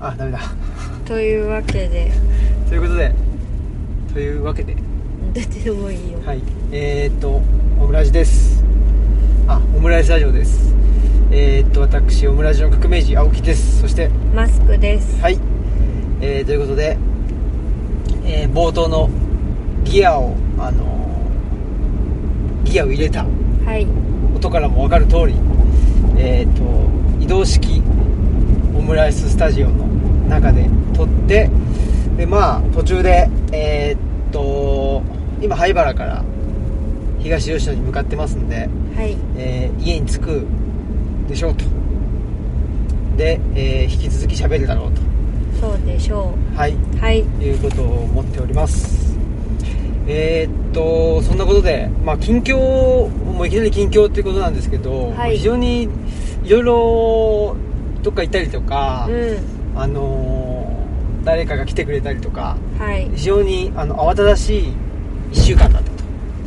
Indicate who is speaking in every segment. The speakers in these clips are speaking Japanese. Speaker 1: あダメだ
Speaker 2: というわけで
Speaker 1: ということでというわけで
Speaker 2: どっちでもいいよ
Speaker 1: はいえー、っとオムラジですあオムライスラジオですえー、っと私オムラジの革命児青木ですそして
Speaker 2: マスクです
Speaker 1: はい、えー、ということで、えー冒頭のギアをあのーギアを入れた
Speaker 2: はい
Speaker 1: 音からも分かる通りえっ、と移動式オムライススタジオの中で撮ってでまあ途中でえっ、と今灰原から東吉野に向かってますんで、
Speaker 2: はい
Speaker 1: えー家に着くでしょうとで、えー引き続き喋るだろうと
Speaker 2: そうでしょ
Speaker 1: はいう
Speaker 2: はい
Speaker 1: いうことを思っておりますえーっとそんなことで、まあ、近況もういきなり近況っていうことなんですけど、
Speaker 2: はい
Speaker 1: 非常にいろいろどっか行ったりとか、
Speaker 2: うん
Speaker 1: あのー誰かが来てくれたりとか
Speaker 2: はい
Speaker 1: 非常にあの慌ただしい1週間だった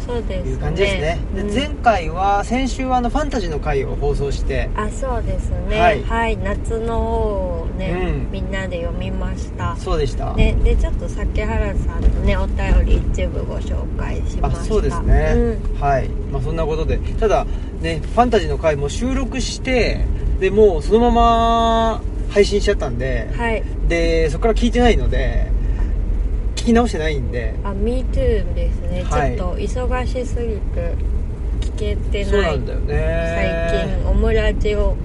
Speaker 2: そうで
Speaker 1: と
Speaker 2: すね
Speaker 1: いう感じですね
Speaker 2: うん
Speaker 1: で前回は先週はあのファンタジーの回を放送して
Speaker 2: あそうですね
Speaker 1: は
Speaker 2: はいい、夏の方をね、
Speaker 1: うん
Speaker 2: みんなで読みました
Speaker 1: そうでした、
Speaker 2: ね、でちょっと酒原さんのねお便り一部ご紹介しま
Speaker 1: あ
Speaker 2: した
Speaker 1: そうですね、
Speaker 2: うん、
Speaker 1: はい、まあ、そんなことでただねファンタジーの回も収録してでもうそのまま配信しちゃったんで、
Speaker 2: はい
Speaker 1: でそこから聞いてないので聞き直してないんで
Speaker 2: あ MeToo ですね、
Speaker 1: はい
Speaker 2: ちょっと忙しすぎて聞けて
Speaker 1: そう
Speaker 2: な
Speaker 1: ないんだよ
Speaker 2: 最
Speaker 1: ね
Speaker 2: 近オムラジを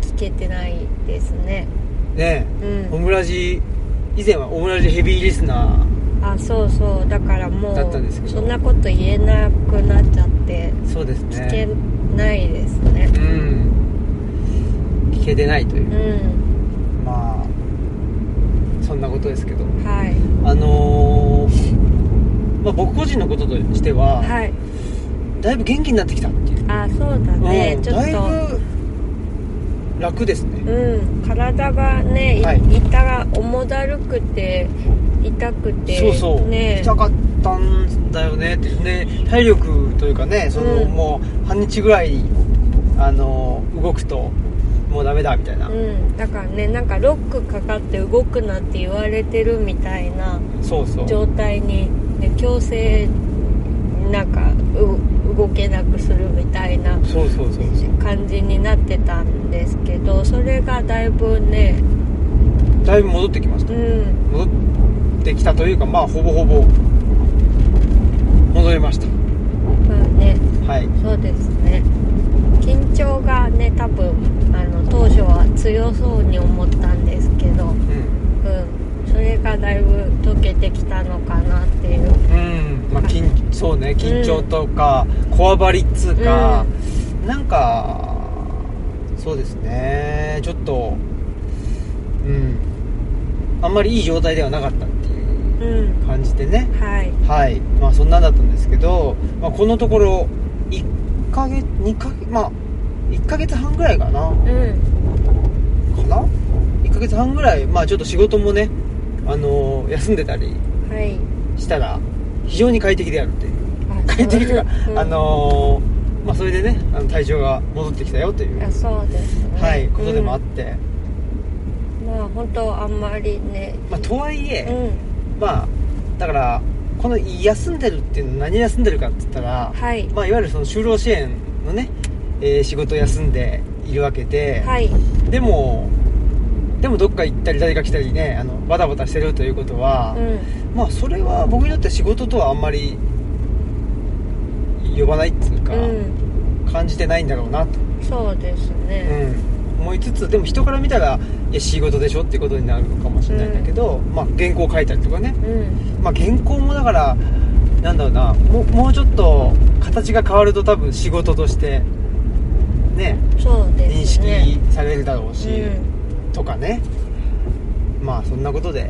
Speaker 2: 聞けてないですね
Speaker 1: 近ね
Speaker 2: う
Speaker 1: オ
Speaker 2: ん
Speaker 1: ムラジ以前はオムラジヘビーリスナ
Speaker 2: あそうそうだからも
Speaker 1: だったんですけ
Speaker 2: う
Speaker 1: ど
Speaker 2: そんなこと言えなくなっちゃって
Speaker 1: ーそうです
Speaker 2: 聞け
Speaker 1: ね
Speaker 2: ないですね
Speaker 1: うん聞けてないというう、
Speaker 2: ん
Speaker 1: まあそんなことですけど
Speaker 2: はい
Speaker 1: あのーまあ、僕個人のこととしては、
Speaker 2: はい
Speaker 1: だいぶ元気になってきたっていう、
Speaker 2: あそうだね
Speaker 1: うん
Speaker 2: ちょっと
Speaker 1: だいぶ楽ですね、
Speaker 2: うん、体がね、い
Speaker 1: はい
Speaker 2: 痛が重だるくて痛くて
Speaker 1: そうそう、
Speaker 2: ね
Speaker 1: 痛かったんだよねってね体力というかねその、
Speaker 2: うん
Speaker 1: もう半日ぐらいあのー動くともうダメだみたいな、
Speaker 2: うん、だからねなんかロックかかって動くなって言われてるみたいな
Speaker 1: そうそう
Speaker 2: 状態に、ね、強制なんかう動けなくするみたいな
Speaker 1: そうそうそうそ
Speaker 2: 感じになってたんですけどそれがだいぶね
Speaker 1: うだいぶ戻ってきました
Speaker 2: うん
Speaker 1: 戻ってきたというかまあほぼほぼ戻りました
Speaker 2: まあね
Speaker 1: はい
Speaker 2: そうですね緊張がね多分あの当初は強そうに思ったんですけど、
Speaker 1: うん
Speaker 2: うん、それがだいぶ解けてきたのかなっていう
Speaker 1: うんまあ、緊そうね緊張とか、こわばりっつうか、なんかそうですねちょっとうんあんまりいい状態ではなかったっていう
Speaker 2: うん
Speaker 1: 感じでね
Speaker 2: はい
Speaker 1: はいまあそんなんだったんですけど、まあ、このところ1ヶ月2ヶ月まあ1ヶ月半ぐらいかなか
Speaker 2: うん
Speaker 1: な1ヶ月半ぐらいまあちょっと仕事もねあの休んでたり
Speaker 2: はい
Speaker 1: したら非常に快適であるっていう
Speaker 2: あ
Speaker 1: 快適というか、
Speaker 2: うん
Speaker 1: あのーまあそれでねあの体調が戻ってきたよという
Speaker 2: あそうですね
Speaker 1: はいことでもあっ
Speaker 2: うん
Speaker 1: て、
Speaker 2: まあ本当あんまりね
Speaker 1: まあとはいえ、
Speaker 2: う
Speaker 1: まあだからこの休んでるっていうのは何休んでるかって言ったら
Speaker 2: ん、はい
Speaker 1: まあいわゆるその就労支援のね、えー仕事を休んでいるわけで、
Speaker 2: はい
Speaker 1: でもでもどっか行ったり誰か来たりねあのバタバタしてるということは、
Speaker 2: うん
Speaker 1: まあそれは僕にとって仕事とはあんまり呼ばないっていうか、
Speaker 2: うん
Speaker 1: 感じてないんだろうなと
Speaker 2: そうですね
Speaker 1: うん、思いつつでも人から見たらいや仕事でしょってことになるのかもしれないんだけど、まあ、原稿書いたりとかね、
Speaker 2: うん
Speaker 1: まあ、原稿もだからなんだろうなもうもうちょっと形が変わると多分仕事としてね
Speaker 2: そう
Speaker 1: 認
Speaker 2: ですね
Speaker 1: 識されるだろうし、
Speaker 2: うん
Speaker 1: とかねまあそんなことで。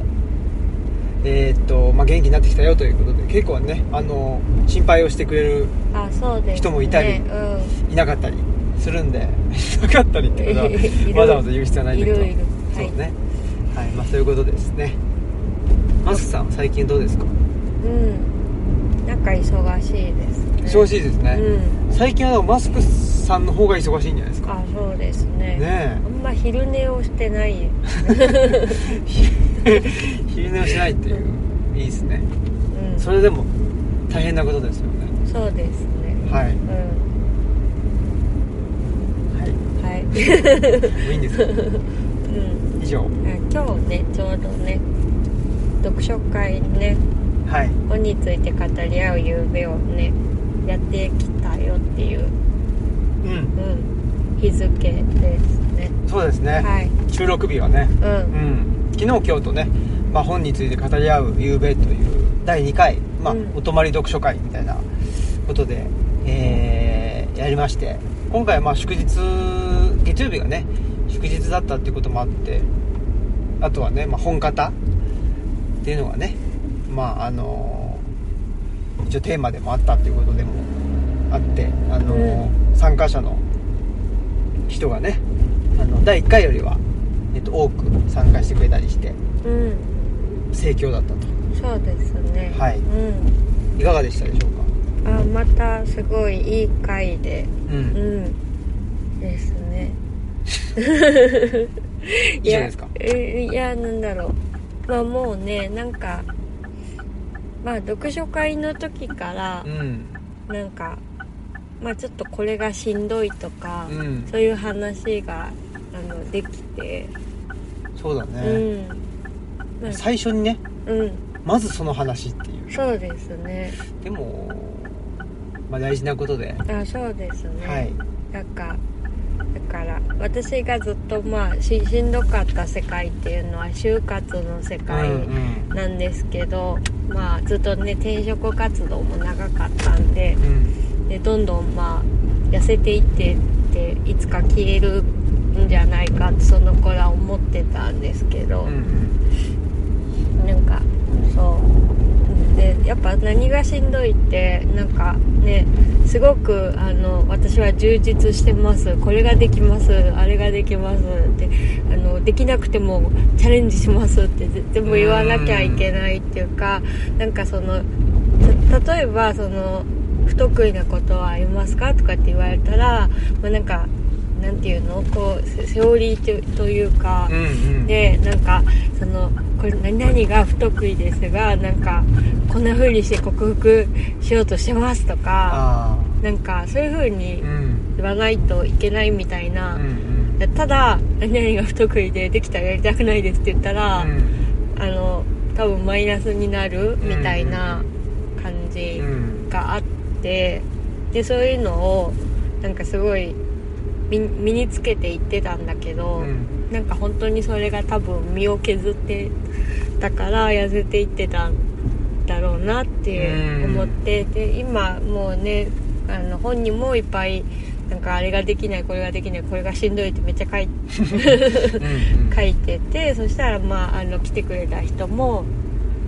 Speaker 1: えーっとまあ、元気になってきたよということで結構ねあの心配をしてくれる
Speaker 2: あそうですね
Speaker 1: 人もいたり
Speaker 2: うん
Speaker 1: いなかったりするんで いなかったりってことは
Speaker 2: いる
Speaker 1: わざわざ言う必要はないんだけど
Speaker 2: いるいるはい
Speaker 1: そうねはいまあそういうことですねマスクさん最近どうですか
Speaker 2: うんなんか忙しいですね
Speaker 1: 忙しいですね、
Speaker 2: うん
Speaker 1: 最近はでもマスクさんの方が忙しいんじゃないですか
Speaker 2: あそうですね
Speaker 1: ね
Speaker 2: あんま昼寝をし てない
Speaker 1: え昼寝をしないっていういいですね
Speaker 2: うん
Speaker 1: それでも大変なことですよね
Speaker 2: そうですね、
Speaker 1: はいう
Speaker 2: ん
Speaker 1: はい、
Speaker 2: はい
Speaker 1: もういいんですか
Speaker 2: うん
Speaker 1: 以上
Speaker 2: あ今日ねちょうどね読書会ね
Speaker 1: はい
Speaker 2: 本について語り合う夕べをねやってきたよっていう、
Speaker 1: うん
Speaker 2: うん、日付ですね
Speaker 1: そうですね、
Speaker 2: はい
Speaker 1: 収録日はね
Speaker 2: う
Speaker 1: うんん昨日今日とね、まあ、本について語り合う夕べという第2回、まあ
Speaker 2: うん
Speaker 1: お泊まり読書会みたいなことで、えーやりまして今回はまあ祝日月曜日がね祝日だったっていうこともあってあとはね、まあ、本型っていうのがねまああのー一応テーマでもあったっていうことでもあってあのー、参加者の人がねあの第1回よりは、えっと、多く参加してくれたりして
Speaker 2: うん
Speaker 1: 盛況だったと
Speaker 2: そうですね
Speaker 1: はい
Speaker 2: うん
Speaker 1: いかがでしたでしょうか
Speaker 2: あまたすごいいい回で
Speaker 1: う
Speaker 2: うんんです ね
Speaker 1: 以上ですか
Speaker 2: いやえいやなんだろうまあもうねなんかまあ読書会の時から
Speaker 1: うん
Speaker 2: なんかまあちょっとこれがしんどいとか、
Speaker 1: うん
Speaker 2: そういう話があのできて、
Speaker 1: そうだね、
Speaker 2: うん、まあ
Speaker 1: 最初にね
Speaker 2: うん、
Speaker 1: まずその話っていう
Speaker 2: そうですね
Speaker 1: でも、まあ、大事なことで、
Speaker 2: あそうですね、
Speaker 1: はい
Speaker 2: なんかだから私がずっとまあししんどかった世界っていうのは就活の世界
Speaker 1: うん
Speaker 2: なんですけど、まあずっとね転職活動も長かったんで
Speaker 1: うんうん
Speaker 2: でどんどんまあ痩せていってっていつか消えるんじゃないかってその頃は思ってたんですけど、
Speaker 1: うん
Speaker 2: なんかそうでやっぱ何がしんどいってなんかねすごくあの私は充実してますこれができますあれができますってあのできなくてもチャレンジしますって全部言わなきゃいけないっていうかなんかそのた例えばその不得意なことはありますかとかって言われたら、まあ、なんかなんていうのこうセセオリーとというか、
Speaker 1: うんうん
Speaker 2: でなんかそのこれ何々が不得意ですがなんかこんな風にして克服しようとしてますとか
Speaker 1: あ
Speaker 2: なんかそういう風
Speaker 1: あ
Speaker 2: に
Speaker 1: うん
Speaker 2: 言わないといけないみたい
Speaker 1: うん
Speaker 2: な
Speaker 1: う、ん
Speaker 2: ただ何々が不得意でできたらやりたくないですって言ったら、
Speaker 1: うん
Speaker 2: あの多分マイナスになるみたいな感じ
Speaker 1: うん
Speaker 2: があってでそういうのをなんかすごい身に身につけていってたんだけど。
Speaker 1: うん
Speaker 2: なんか本当にそれが多分身を削ってたから痩せていってたんだろうなって思ってで今もうねあの本にもいっぱいなんかあれができないこれができないこれがしんどいってめっちゃ書い
Speaker 1: うん
Speaker 2: 書いててそしたらまああの来てくれた人も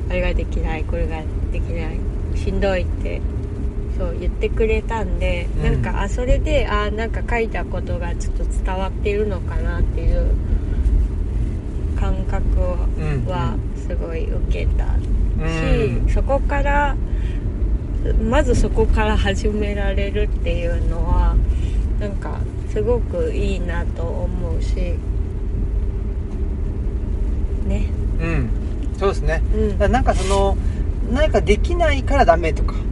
Speaker 2: あれができないこれができないしんどいってそう言ってくれたんで、
Speaker 1: うん
Speaker 2: なんかあそれであなんか書いたことがちょっと伝わっているのかなっていう感覚
Speaker 1: うん
Speaker 2: はすごい受けたし、
Speaker 1: うん
Speaker 2: そこからまずそこから始められるっていうのはなんかすごくいいなと思うしね
Speaker 1: うんそうですね
Speaker 2: うん
Speaker 1: だからなんかその何かできないからダメとか、
Speaker 2: うん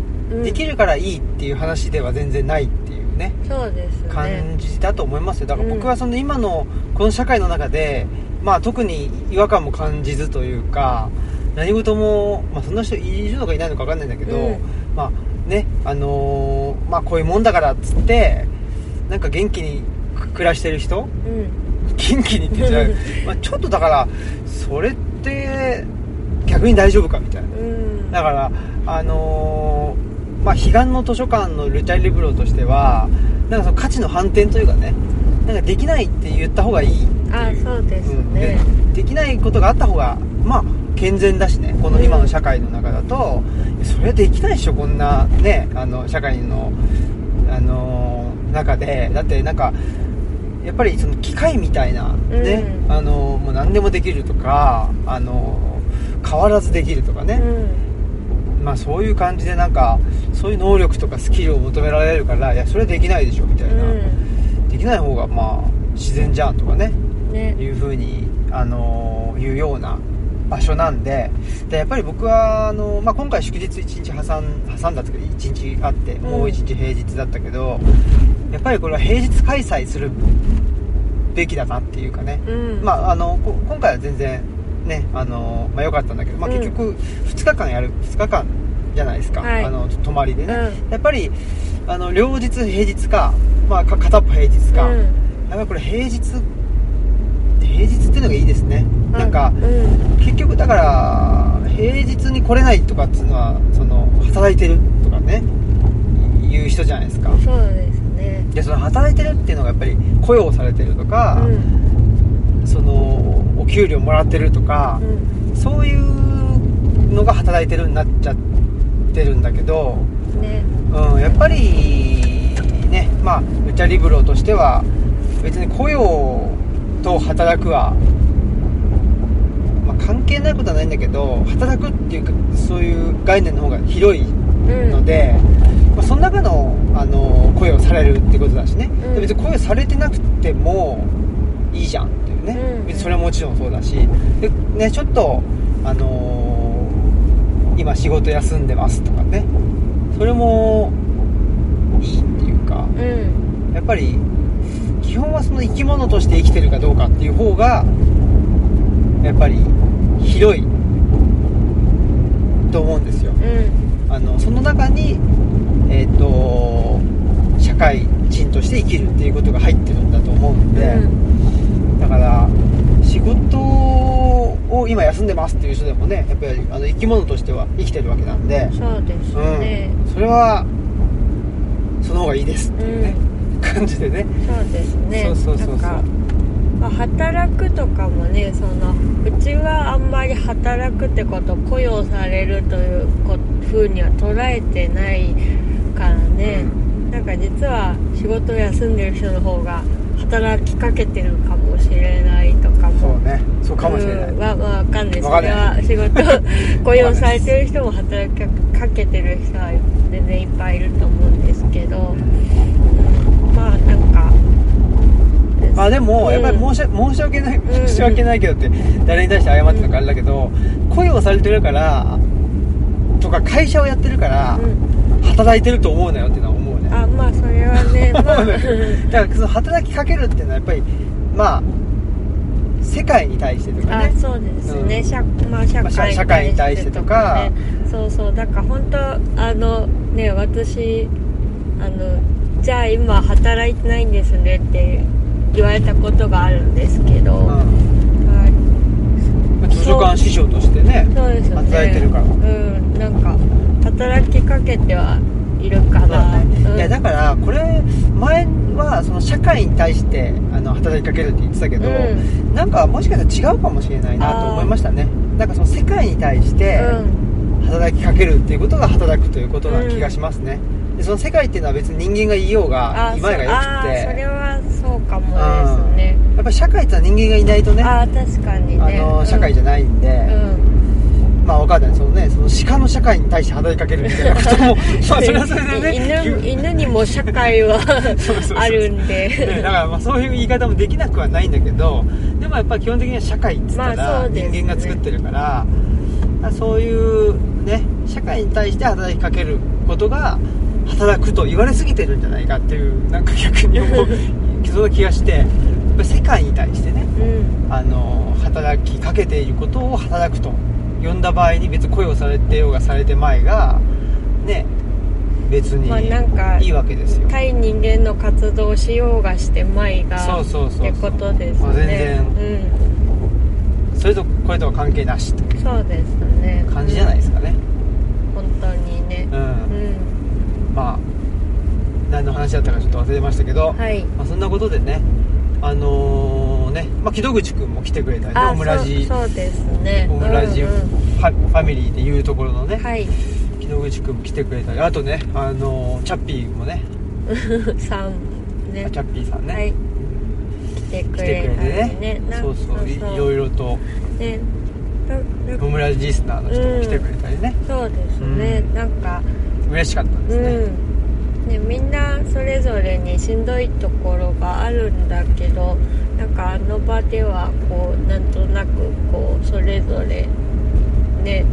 Speaker 1: できるからいいっていう話では全然ないっていうね
Speaker 2: そうですね
Speaker 1: 感じだと思いますよだから
Speaker 2: う
Speaker 1: 僕
Speaker 2: ん
Speaker 1: はその今のこの社会の中で、まあ、特に違和感も感じずというか何事も、まあ、そんな人いるのかいないのか分かんないんだけど、
Speaker 2: うん
Speaker 1: まあねあのーまあこういうもんだからっつってなんか元気に暮らしてる人
Speaker 2: うん
Speaker 1: 元気にって言っちゃ うまあちょっとだからそれって逆に大丈夫かみたいな
Speaker 2: うん
Speaker 1: だからあのーまあ彼岸の図書館のルチャリブロとしてはなんかその価値の反転というかねなんかできないって言った方がいいっていう
Speaker 2: あそうですね
Speaker 1: うんでできないことがあった方がまあ健全だしねこの今の社会の中だと、それはできないでしょこんなねあの社会の、あのー中でだってなんかやっぱりその機械みたいなね、
Speaker 2: うん
Speaker 1: あのーもう何でもできるとかあのー変わらずできるとかね、
Speaker 2: うん
Speaker 1: まあそういう感じでなんかそういう能力とかスキルを求められるからいやそれはできないでしょみたいな、
Speaker 2: う
Speaker 1: できない方がまあ自然じゃんとかね
Speaker 2: んね
Speaker 1: いうふうに、あのいうような場所なんででやっぱり僕はあの、まあ、今回祝日1日挟ん挟んだんですけど1日あってもう1日平日だったけど、やっぱりこれは平日開催するべきだなっていうかね、
Speaker 2: うん
Speaker 1: まあ、あのこ今回は全然ねあの、まあ、良かったんだけど、まあ、
Speaker 2: うん
Speaker 1: 結局2日間やる2日間じゃないですか、
Speaker 2: はい
Speaker 1: あのちょっと泊まりでね、
Speaker 2: う
Speaker 1: やっぱりあの両日平日か,、まあ、か片っぽ平日か、
Speaker 2: うん
Speaker 1: やっぱりこれ平日平日っていうのがいいですね、なんか
Speaker 2: うん
Speaker 1: 結局だから平日に来れないとかっていうのはその働いてるとかねいう人じゃないですか
Speaker 2: そうですね
Speaker 1: でその働いてるっていうのがやっぱり雇用されてると
Speaker 2: う
Speaker 1: か、
Speaker 2: ん
Speaker 1: そのお給料もらってるとか
Speaker 2: う、ん
Speaker 1: そういうのが働いてるになっちゃってるんだけど、
Speaker 2: ね
Speaker 1: うん、やっぱりねまあルチャリブロとしては別に雇用と働くは、まあ、関係ないことはないんだけど働くっていうかそういう概念の方が広い
Speaker 2: うん
Speaker 1: ので、まあ、その中のあの雇用されるってことだしね、
Speaker 2: うん
Speaker 1: で別に雇用されてなくてもいいじゃんっていうね、
Speaker 2: うん
Speaker 1: 別にそれはもちろんそうだしで、ね、ちょっと、あのー今仕事休んでますとかねそれもいいっていうか
Speaker 2: うん
Speaker 1: やっぱり基本はその生き物として生きてるかどうかっていう方がやっぱり広いと思うんですよ。
Speaker 2: うん
Speaker 1: あのその中に、えー、と社会人として生きるっていうことが入ってるんだと思うんで、
Speaker 2: うん
Speaker 1: だから仕事を今休んでますっていう人でもねやっぱりあの生き物としては生きてるわけなんで、
Speaker 2: そうです
Speaker 1: うん
Speaker 2: ね
Speaker 1: それはその方がいいですっていうね、感じでね
Speaker 2: そうですね
Speaker 1: そうそうそうそう
Speaker 2: なんかまあ働くとかもねそのうちはあんまり働くってこと雇用されるというこふうには捉えてないからね、なんか実は仕事を休んでる人の方が働きかけてるかもしれないとか
Speaker 1: そう
Speaker 2: も
Speaker 1: ねそうかもしれない、
Speaker 2: うんわわかんないそ
Speaker 1: わかん
Speaker 2: れ
Speaker 1: な
Speaker 2: は仕事雇用されてる人も働きかけてる人は全然いっぱいいると思うんですけど、うんまあなんか
Speaker 1: まあでも、
Speaker 2: うん
Speaker 1: やっぱり申し申し訳ない、
Speaker 2: うん
Speaker 1: 申し訳ないけどって誰に対して謝ってるのかあれだけど、雇用されてるからとか会社をやってるから、
Speaker 2: うん
Speaker 1: 働いてると思うなよっていうのは思うね
Speaker 2: あまあそれは ねま
Speaker 1: 思
Speaker 2: あ
Speaker 1: うねだからその働きかけるっていうのはやっぱりまあ世界に対してとか
Speaker 2: あ
Speaker 1: ね
Speaker 2: そうですね、
Speaker 1: うん
Speaker 2: 社まあ、社
Speaker 1: まあ社
Speaker 2: 会
Speaker 1: 社会に対してとか
Speaker 2: ねそうそうだから本当あのね私あのじゃあ今働いてないんですねって言われたことがあるんですけど、
Speaker 1: う
Speaker 2: は
Speaker 1: んま
Speaker 2: い
Speaker 1: あ図書館師匠としてね
Speaker 2: そうですよね
Speaker 1: 働いてるから
Speaker 2: うんなんか働きかけてはいるか
Speaker 1: そう
Speaker 2: ら、
Speaker 1: だねいやだ
Speaker 2: か
Speaker 1: からこれ前はその社会に対してあの働きかけるって言ってたけど、
Speaker 2: う
Speaker 1: なんかもしかしたら違うかもしれないなと思いましたねなんかその世界に対して
Speaker 2: うん
Speaker 1: 働きかけるっていうことが働くということな気がしますね、でその世界っていうのは別に人間がいようが
Speaker 2: あ
Speaker 1: いまいがよく
Speaker 2: そうあーそれ
Speaker 1: て
Speaker 2: はそうかもですね
Speaker 1: やっぱり社会ってのは人間がいないとねあ
Speaker 2: ああ確かにね
Speaker 1: の社会じゃないんで、
Speaker 2: うん
Speaker 1: まあわかんないそのねその鹿の社会に対して働きかけるみたいなこと もまあそれはそれでね
Speaker 2: 犬
Speaker 1: 言う
Speaker 2: 犬にも社会は
Speaker 1: そうそうそう
Speaker 2: あるんで
Speaker 1: ねだからまあそういう言い方もできなくはないんだけどでもやっぱり基本的には社会っつった
Speaker 2: まあ
Speaker 1: ら
Speaker 2: そうですね
Speaker 1: 人間が作ってるから、まあそういうね社会に対して働きかけることが働くと言われすぎてるんじゃないかっていうなんか逆に 思うそんな気がしてやっぱり世界に対してね
Speaker 2: うん
Speaker 1: あの働きかけていることを働くと呼んだ場合に別に雇用されてようがされてまいがね別に
Speaker 2: まあなんか
Speaker 1: いいわけですよ、
Speaker 2: 対人間の活動をしようがしてまいが
Speaker 1: そうそうそうそう
Speaker 2: ってことです
Speaker 1: まあ
Speaker 2: ね
Speaker 1: 全然
Speaker 2: うん
Speaker 1: それとこれとは関係なしとい
Speaker 2: そうですね
Speaker 1: う感じじゃないですかね
Speaker 2: 本当にね
Speaker 1: うん、
Speaker 2: うん
Speaker 1: まあ何の話だったかちょっと忘れましたけど、
Speaker 2: はい
Speaker 1: まあ、そんなことでねあのーね、まあ、木戸口くんも来てくれたりねオムラジ
Speaker 2: そうそうですね
Speaker 1: オムラジ
Speaker 2: う
Speaker 1: フ
Speaker 2: んうん
Speaker 1: ァファミリーでいうところのね、
Speaker 2: はい
Speaker 1: 木戸口くんも来てくれたりあとね、あのーチャッピーもね
Speaker 2: さんね
Speaker 1: チャッピーさんね、
Speaker 2: はい来て
Speaker 1: 来
Speaker 2: く
Speaker 1: て
Speaker 2: れ
Speaker 1: くれ
Speaker 2: たり
Speaker 1: て
Speaker 2: ね
Speaker 1: ね
Speaker 2: なん
Speaker 1: そうそういいろいろと
Speaker 2: ねななんか
Speaker 1: オムラジリスナーの人
Speaker 2: う
Speaker 1: も
Speaker 2: ん
Speaker 1: 来てくれたりね、
Speaker 2: そうですね、
Speaker 1: うん
Speaker 2: なんか
Speaker 1: 嬉しかったですね、
Speaker 2: うん、ね、みんなそれぞれにしんどいところがあるんだけどなんかあの場ではこうなんとなくこうそれぞれね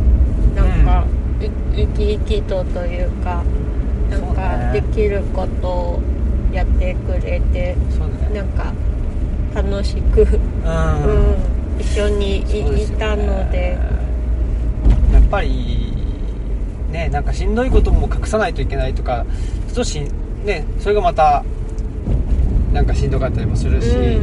Speaker 2: なんかい生き生きとというかなんか
Speaker 1: そうね
Speaker 2: できることをやってくれて
Speaker 1: そうだね
Speaker 2: なんか楽しく、う
Speaker 1: うん
Speaker 2: ん、一緒にい,、
Speaker 1: そうですよね
Speaker 2: たので
Speaker 1: やっぱりねなんかしんどいことも隠さないといけないとかちょっとしんねそれがまたなんかしんどかったりもするし、
Speaker 2: う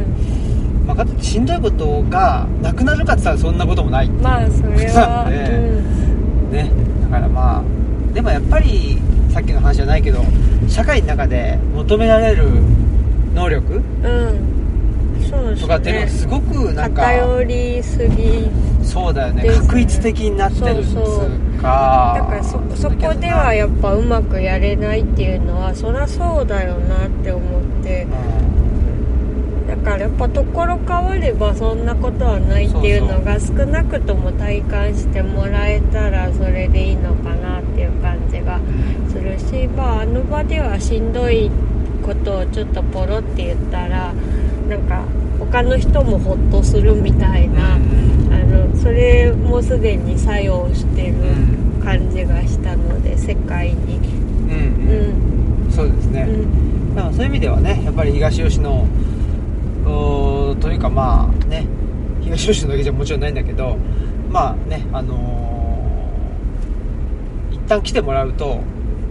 Speaker 1: まあ、かといってしんどいことがなくなるかって言ったらそんなこともない
Speaker 2: ん、まあそれは、
Speaker 1: そう ねね
Speaker 2: うん
Speaker 1: だからまあでもやっぱりさっきの話じゃないけど社会の中で求められる能力
Speaker 2: うんそうです
Speaker 1: とかっていうの
Speaker 2: ね
Speaker 1: がすごくなんか
Speaker 2: 偏りすぎ
Speaker 1: そうだよね
Speaker 2: ですね
Speaker 1: 確率的になってるっつ
Speaker 2: そうそう
Speaker 1: うか
Speaker 2: だからそそこではやっぱうまくやれないっていうのはそりゃそうだよなって思って
Speaker 1: うん
Speaker 2: だからやっぱところ変わればそんなことはないっていうのが少なくとも体感してもらえたらそれでいいのかなっていう感じがするしまああの場ではしんどいことをちょっとポロって言ったらなんか他の人もホッとするみたいな。
Speaker 1: うん
Speaker 2: あのそれもすでに作用してる感じがしたので世界
Speaker 1: う
Speaker 2: に
Speaker 1: ん
Speaker 2: う
Speaker 1: うん
Speaker 2: ん
Speaker 1: そうですね、
Speaker 2: うん
Speaker 1: だからそういう意味ではねやっぱり東吉野おーというかまあね東吉野だけじゃもちろんないんだけどまあねあのー一旦来てもらうと、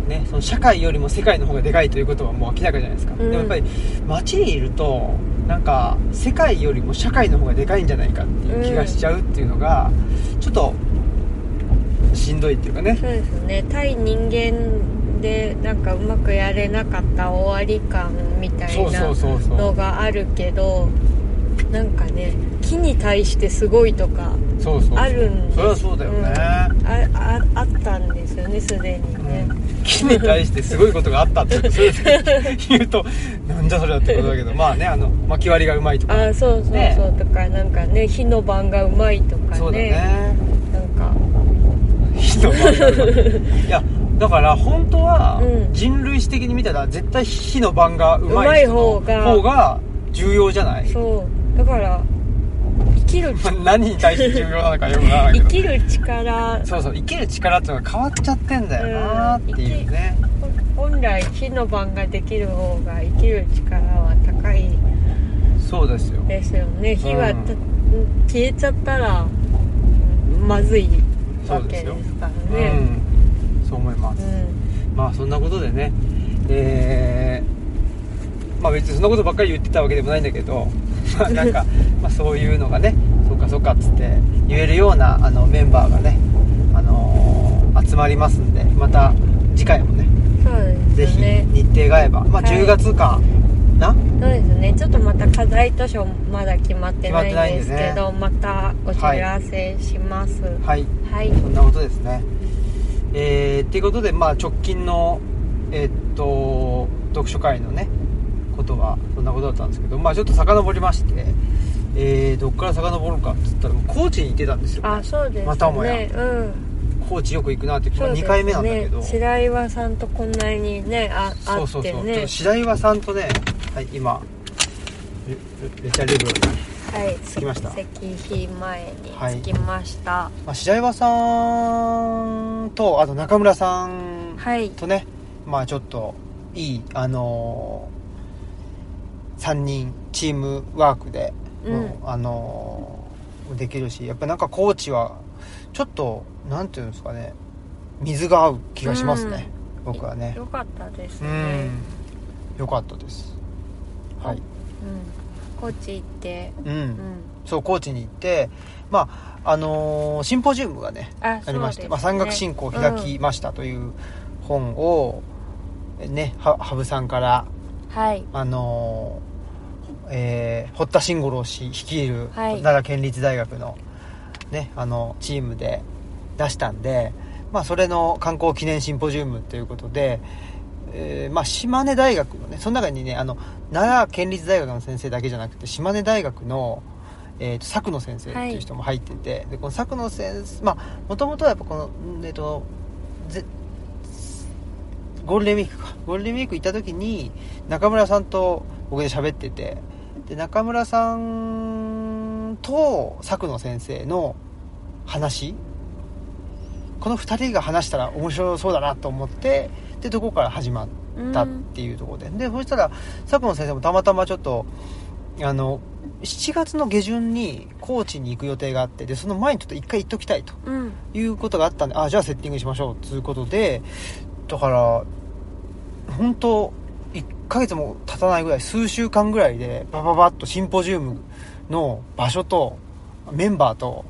Speaker 1: ね、その社会よりも世界の方がでかいということはもう明らかじゃないですか、
Speaker 2: うん
Speaker 1: でもやっぱり街にいるとなんか世界よりも社会の方がでかいんじゃないかっていう気がしちゃうっていうのがちょっとしんどいっていうかね
Speaker 2: そうですね対人間でなんかうまくやれなかった終わり感みた
Speaker 1: そう
Speaker 2: い
Speaker 1: そ
Speaker 2: な
Speaker 1: うそうそう
Speaker 2: のがあるけどなんかね木に対してすごいとか
Speaker 1: そうそうそう
Speaker 2: あるんです
Speaker 1: それはそうだよね、
Speaker 2: んあああったんですよねすでにね、
Speaker 1: 木に対してすごいことがあったって言うとなんじゃそれだってことだけどまあねあの巻き割りがうまいとか
Speaker 2: あそうそうそう、
Speaker 1: ね
Speaker 2: とかなんかね火の番がうまいとかね
Speaker 1: そうだね
Speaker 2: なんか
Speaker 1: 火の番がうまいいやだから本当は
Speaker 2: うん
Speaker 1: 人類史的に見たら絶対火の番がうまい人の
Speaker 2: うまい方が
Speaker 1: 方が重要じゃない
Speaker 2: そうだから生きる
Speaker 1: まあ何に対して重要なのかよくわからないけ
Speaker 2: 生
Speaker 1: ど
Speaker 2: きる力
Speaker 1: そうそう生きる力っていうのが変わっちゃってんだよなっていうね
Speaker 2: 本来火の番ができる方が生きる力は高い
Speaker 1: そうですよ
Speaker 2: ですよね火がた、
Speaker 1: う
Speaker 2: 消えちゃったらまずいわけですからね
Speaker 1: うんそう思います
Speaker 2: うん
Speaker 1: まあそんなことでね、えーまあ別にそんなことばっかり言ってたわけでもないんだけど、 まあなん か、まあそういうのがね、そうかそうかっつって言えるようなあのメンバーがね、あのー集まりますんで、また次回もね、
Speaker 2: そう
Speaker 1: ぜ
Speaker 2: で
Speaker 1: ひ
Speaker 2: すね
Speaker 1: 日程が合えば、まあ
Speaker 2: はい
Speaker 1: 10月かな、
Speaker 2: そうですねちょっとまた課題図書まだ決まってないんですけどまたお知らせします
Speaker 1: はい、
Speaker 2: はい、
Speaker 1: そんなことですね。えー、っていうことで、まあ直近の、えーっと、読書会のね、ことはそんなことだったんですけど、まあちょっと遡りまして、えー、どっから遡るかっつったら、高知に行ってたんですよ。
Speaker 2: あそうですね
Speaker 1: またもや
Speaker 2: うん
Speaker 1: 高知よく行くなって、まあ、
Speaker 2: そうです
Speaker 1: 2回目なんだけど、
Speaker 2: ね、白岩さんとこんなにねあ
Speaker 1: そ
Speaker 2: あ
Speaker 1: う
Speaker 2: っ
Speaker 1: そう
Speaker 2: て
Speaker 1: そう。ちょっ
Speaker 2: ね
Speaker 1: と白岩さんとね、はい、今、レレレチャレブロに、
Speaker 2: はい
Speaker 1: 着きました
Speaker 2: 石碑前に
Speaker 1: はい
Speaker 2: 着きました
Speaker 1: まあ、白岩さんと、あと中村さん
Speaker 2: はい
Speaker 1: とね、まあちょっといいあのー、3人チームワークで、
Speaker 2: うん
Speaker 1: もあのーできるしやっぱなんかコーチはちょっとなんていうんですかね水が合う気がしますね、僕はね
Speaker 2: よかったです
Speaker 1: う
Speaker 2: ね
Speaker 1: んよかったですはい、
Speaker 2: うん高知行って
Speaker 1: うん
Speaker 2: うん
Speaker 1: そう高知に行ってまああのーシンポジウムがね
Speaker 2: あ
Speaker 1: ありまして、
Speaker 2: そうですね
Speaker 1: まあ、山岳信仰を開きましたという本を、ねは羽生さんから
Speaker 2: はい
Speaker 1: あのーえー堀田慎五郎氏率いる
Speaker 2: はい
Speaker 1: 奈良県立大学の,、ね、あのチームで出したんで、まあ、それの観光記念シンポジウムということで、えーまあ、島根大学のねその中にねあの奈良県立大学の先生だけじゃなくて島根大学の、えー、と佐久野先生って
Speaker 2: はい
Speaker 1: いう人も入ってて、でこの佐久野先生まあもともとはやっぱこの、うんえっとぜゴールデンウィークかゴールデンウィーク行った時に中村さんと僕で喋っててで中村さんと佐久野先生の話この2人が話したら面白そうだなと思ってってとこから始まったっていうところで、でそしたら佐久間先生もたまたまちょっとあの7月の下旬に高知に行く予定があってでその前にちょっと1回行っときたいと
Speaker 2: うん
Speaker 1: いうことがあったんであじゃあセッティングしましょうということでだから本当1ヶ月も経たないぐらい数週間ぐらいでバババッとシンポジウムの場所とメンバーと、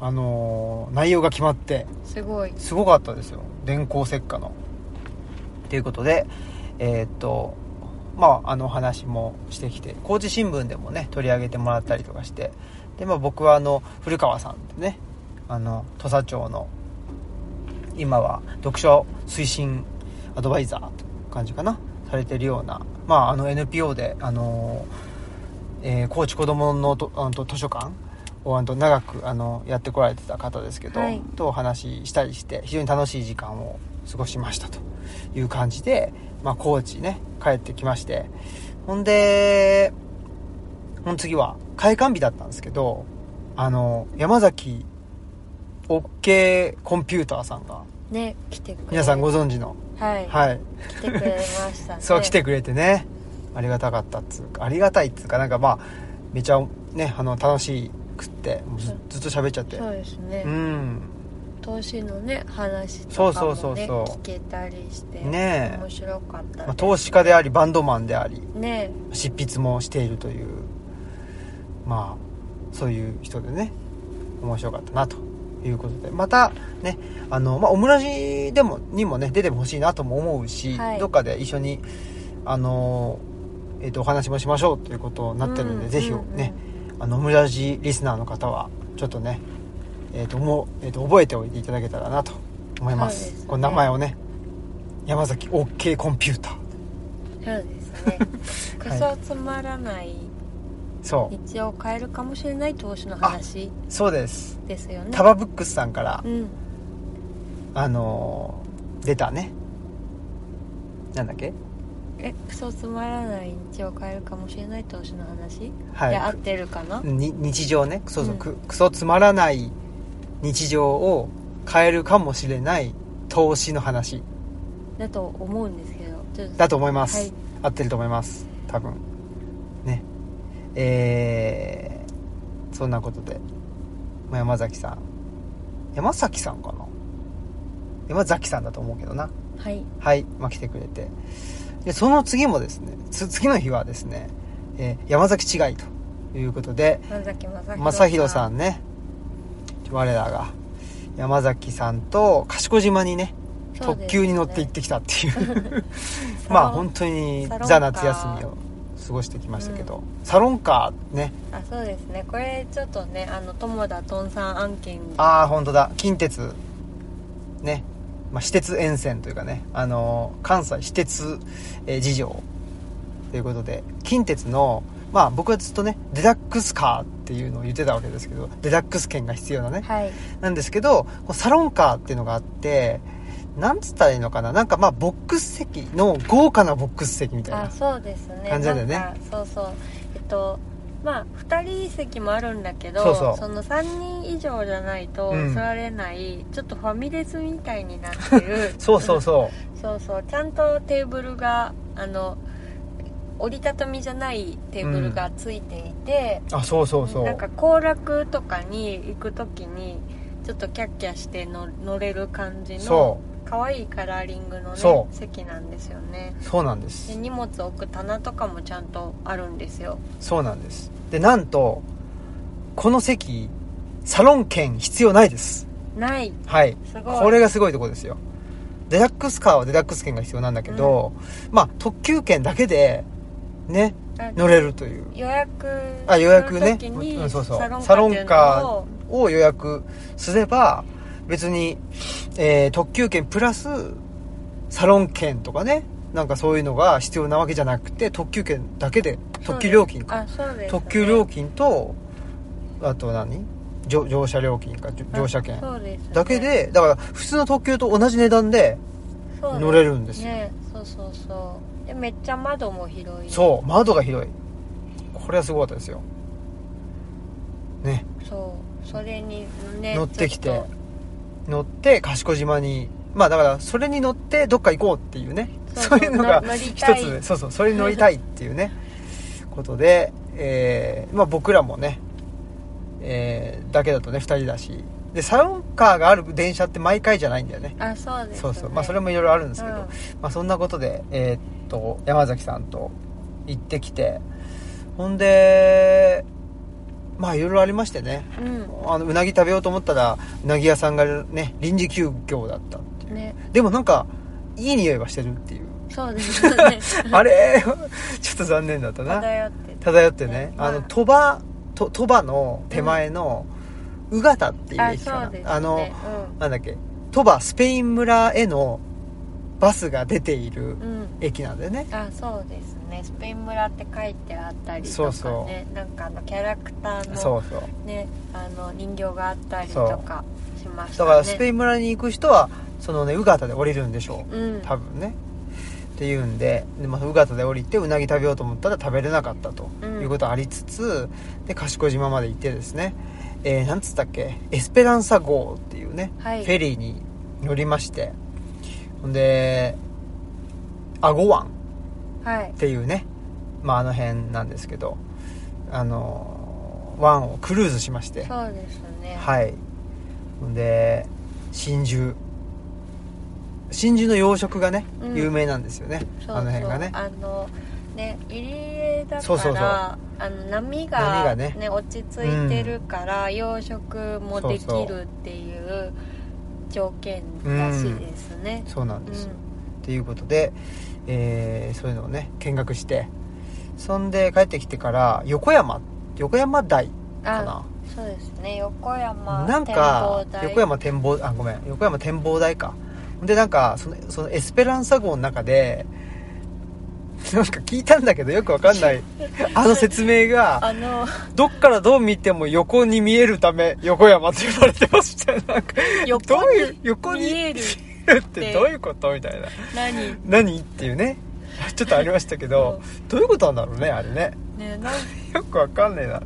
Speaker 1: あのー内容が決まって
Speaker 2: すごい
Speaker 1: すごかったですよ電光石火の。ということでえーっとまああのお話もしてきて高知新聞でもね取り上げてもらったりとかしてで、まあ、僕はあの古川さんってねあの土佐町の今は読書推進アドバイザーという感じかなされてるような、まあ、あの NPO で、あのえー高知子どものとあの図書館をあの長くあのやってこられてた方ですけど、
Speaker 2: はい
Speaker 1: とお話ししたりして非常に楽しい時間を過ごしましたという感じで、まあ、高知ね帰ってきましてほんでこの次は開館日だったんですけどあの山崎 OK コンピューターさんが
Speaker 2: ね来てくれ
Speaker 1: 皆さんご存知の、
Speaker 2: はい、
Speaker 1: はい、
Speaker 2: 来てくれました ね
Speaker 1: そう来てくれてねありがたかったっつうかありがたいっつうかなんかまあめちゃねあの楽しくってもうずずっと喋っちゃって
Speaker 2: そうですね、
Speaker 1: うん
Speaker 2: 投資のね話
Speaker 1: そ
Speaker 2: と
Speaker 1: う
Speaker 2: かも、
Speaker 1: そ
Speaker 2: ね、
Speaker 1: うそうそう
Speaker 2: 聞けたりして
Speaker 1: ねえ
Speaker 2: 面白かったです、
Speaker 1: まあ、投資家でありバンドマンであり
Speaker 2: ね
Speaker 1: 執筆もしているというまあそういう人でね面白かったなということでまたねあの、まあ、オムラジでもにもね出てほしいなとも思うし、
Speaker 2: はい
Speaker 1: どっかで一緒にあの、えっとお話もしましょうということになってるので、
Speaker 2: うん
Speaker 1: ぜひ
Speaker 2: うんうん
Speaker 1: ね、あのオムラジリスナーの方はちょっとね、えっともうえっと覚えておいていただけたらなと思いま
Speaker 2: そう
Speaker 1: す
Speaker 2: ですね
Speaker 1: この名前をね山崎 OK コンピューター
Speaker 2: そうです ねくそつまらない
Speaker 1: そう
Speaker 2: 一応変えるかもしれない投資の話
Speaker 1: そうです
Speaker 2: ですよね
Speaker 1: タバブックスさんから
Speaker 2: うん
Speaker 1: あのー出たねなんだっけ
Speaker 2: えくそつまらない一応変えるかもしれない投資の話、
Speaker 1: はい
Speaker 2: いや合ってるかな、
Speaker 1: に日常ねそうそう、
Speaker 2: うん
Speaker 1: くクソつまらない日常を変えるかもしれない投資の話
Speaker 2: だと思うんですけどちょっ
Speaker 1: だと思います、
Speaker 2: はい
Speaker 1: 合ってると思います多分ねえー、そんなことでまあ山崎さん山崎さんかな山崎さんだと思うけどな
Speaker 2: はい
Speaker 1: はい、まあ、来てくれてでその次もですねつ次の日はですね、えー山崎違いということで
Speaker 2: 山崎
Speaker 1: 正
Speaker 2: 正
Speaker 1: 弘
Speaker 2: 弘
Speaker 1: さ
Speaker 2: さん
Speaker 1: んね我らが山崎さんと賢島にね
Speaker 2: そうですね
Speaker 1: 特急に乗って行ってきたっていう まあ本当に
Speaker 2: サロンカー
Speaker 1: ザ夏休みを過ごしてきましたけど、サロンカーね
Speaker 2: あそうですねこれちょっとねあの友田とんさん案件に
Speaker 1: ああ本当だ近鉄ね、まあ、私鉄沿線というかね、あのー関西私鉄、えー事情ということで近鉄のまあ僕はずっとねデラックスカーっていうのを言ってたわけですけどデラックス券が必要なね
Speaker 2: はい
Speaker 1: なんですけどこうサロンカーっていうのがあってなんつったらいいのかななんかまあボックス席の豪華なボックス席みたい
Speaker 2: あ
Speaker 1: な
Speaker 2: そうですね
Speaker 1: 感じなんだよね
Speaker 2: かそうそうえっとまあ2人席もあるんだけど
Speaker 1: そうそう
Speaker 2: の3人以上じゃないと
Speaker 1: うん
Speaker 2: 座れない、ちょっとファミレスみたいになってる
Speaker 1: そうそうそ
Speaker 2: そうそうちゃんとテーブルがあの折りたたみじゃないテーブルがついていて、
Speaker 1: うあそうそうそう
Speaker 2: なんか行楽とかに行く時にちょっとキャッキャしての乗れる感じ
Speaker 1: そ
Speaker 2: の可愛いカラーリングのね
Speaker 1: そう
Speaker 2: 席なんですよね
Speaker 1: そうなんで
Speaker 2: です荷物置く棚とかもちゃんとあるんですよ
Speaker 1: そうなんですでなんとこの席サロン券必要ないです
Speaker 2: ない
Speaker 1: はい
Speaker 2: すごい
Speaker 1: これがすごいとこですよデラックスカーはデラックス券が必要なんだけど、まあ特急券だけでね
Speaker 2: あ
Speaker 1: 乗れるという
Speaker 2: 予約
Speaker 1: あ予約ね
Speaker 2: する時に
Speaker 1: うんそうそう
Speaker 2: サロンカーっていう
Speaker 1: サ
Speaker 2: の
Speaker 1: ロ
Speaker 2: を
Speaker 1: を予約すれば別に、えー特急券プラスサロン券とかねなんかそういうのが必要なわけじゃなくて特急券だけで特急料金か
Speaker 2: あそうですね
Speaker 1: 特急料金とあと何乗乗車料金かじょ乗車券
Speaker 2: そうですね
Speaker 1: だけでだから普通の特急と同じ値段で
Speaker 2: そうね
Speaker 1: 乗れるんですよ
Speaker 2: ねそうそうそうでめっちゃ窓も広い
Speaker 1: そう窓が広いこれはすごかったですよね
Speaker 2: そうそれにね
Speaker 1: 乗ってき
Speaker 2: ち
Speaker 1: て
Speaker 2: ょっ
Speaker 1: 乗って賢島にまあだからそれに乗ってどっか行こうっていうね
Speaker 2: そ
Speaker 1: そう
Speaker 2: う
Speaker 1: いうのが
Speaker 2: 乗り乗り
Speaker 1: 一
Speaker 2: たい
Speaker 1: つそうそうそれに乗りたいっていう ねことで、えーまあ、僕らもね、えーだけだとね2人だしでサロンカーがある電車って毎回じゃないんだよね
Speaker 2: とあそうです、ね、
Speaker 1: そうそうまあそれ
Speaker 2: も
Speaker 1: もいろいろあるんですけど、まあ、そんなことで、えーっと山崎さんと行ってきてほんでまあいろいろありましてね
Speaker 2: うん、
Speaker 1: あのうなぎ食べようと思ったらうなぎ屋さんがね臨時休業だったっていう
Speaker 2: う んね
Speaker 1: でもなんかいい匂いがしてるって いう
Speaker 2: そうですね
Speaker 1: あれちょっと残念だったな
Speaker 2: 漂ってた
Speaker 1: 漂ってね
Speaker 2: まあ
Speaker 1: あの鳥羽と鳥羽の手前の宇方っていう
Speaker 2: あ
Speaker 1: 駅
Speaker 2: そ
Speaker 1: か
Speaker 2: うですね
Speaker 1: なあの
Speaker 2: う
Speaker 1: なんだっけ鳥羽スペイン村へのバスが出ている
Speaker 2: ん、うん
Speaker 1: 駅なんだよね
Speaker 2: あそうですねスペイン村って書いてあったりとかね
Speaker 1: そうそ
Speaker 2: なんかあのキャラクター
Speaker 1: そ
Speaker 2: の
Speaker 1: うそう
Speaker 2: ねあの人形があったりとかしました
Speaker 1: だ
Speaker 2: ね
Speaker 1: からスペイ
Speaker 2: ン
Speaker 1: ン村に行く人はそのね宇方で降りるんでしょう
Speaker 2: うん
Speaker 1: 多分ねっていうんでで、まあ、宇方で降りてうなぎ食べようと思ったら食べれなかったと
Speaker 2: うん
Speaker 1: いうことありつつ、で賢島まで行ってですね、えーなんつったっけエスペランサ号っていうね、
Speaker 2: はい
Speaker 1: フェリーに乗りましてほんでアゴ湾
Speaker 2: はい
Speaker 1: っていうね、まあ、あの辺なんですけどあのー湾をクルーズしまして
Speaker 2: そうですね
Speaker 1: はいほんで真珠真珠の養殖がね、
Speaker 2: うん
Speaker 1: 有名なんですよね
Speaker 2: そうそう
Speaker 1: あの辺がね
Speaker 2: あのね入り江だから
Speaker 1: そうそうそう
Speaker 2: あの波が
Speaker 1: 波がね
Speaker 2: ね落ち着いてるから、養殖もできるっていう条件らしいですね、
Speaker 1: そうなん
Speaker 2: うん
Speaker 1: です、っていうことで、えーそういうのをね見学してそんで帰ってきてから横山横山台か
Speaker 2: あ
Speaker 1: な
Speaker 2: そうですね横山
Speaker 1: なんか
Speaker 2: 展望台
Speaker 1: 横山展望あごめん横山展望台かでなんかそのそのエスペランサ号の中でなんか聞いたんだけどよくわかん ないあの説明が
Speaker 2: あの
Speaker 1: どっからどう見ても横に見えるため、横山って呼ばれてましたよ。なんか、ど
Speaker 2: 横
Speaker 1: う
Speaker 2: に
Speaker 1: いう、横に
Speaker 2: 見
Speaker 1: 見え
Speaker 2: え
Speaker 1: る
Speaker 2: る
Speaker 1: ってどういうことみたいな。
Speaker 2: 何
Speaker 1: 何っていうね。ちょっとありましたけど、どういうことなんだろうね、あれね。
Speaker 2: ねなん
Speaker 1: よくわかんねえな。
Speaker 2: か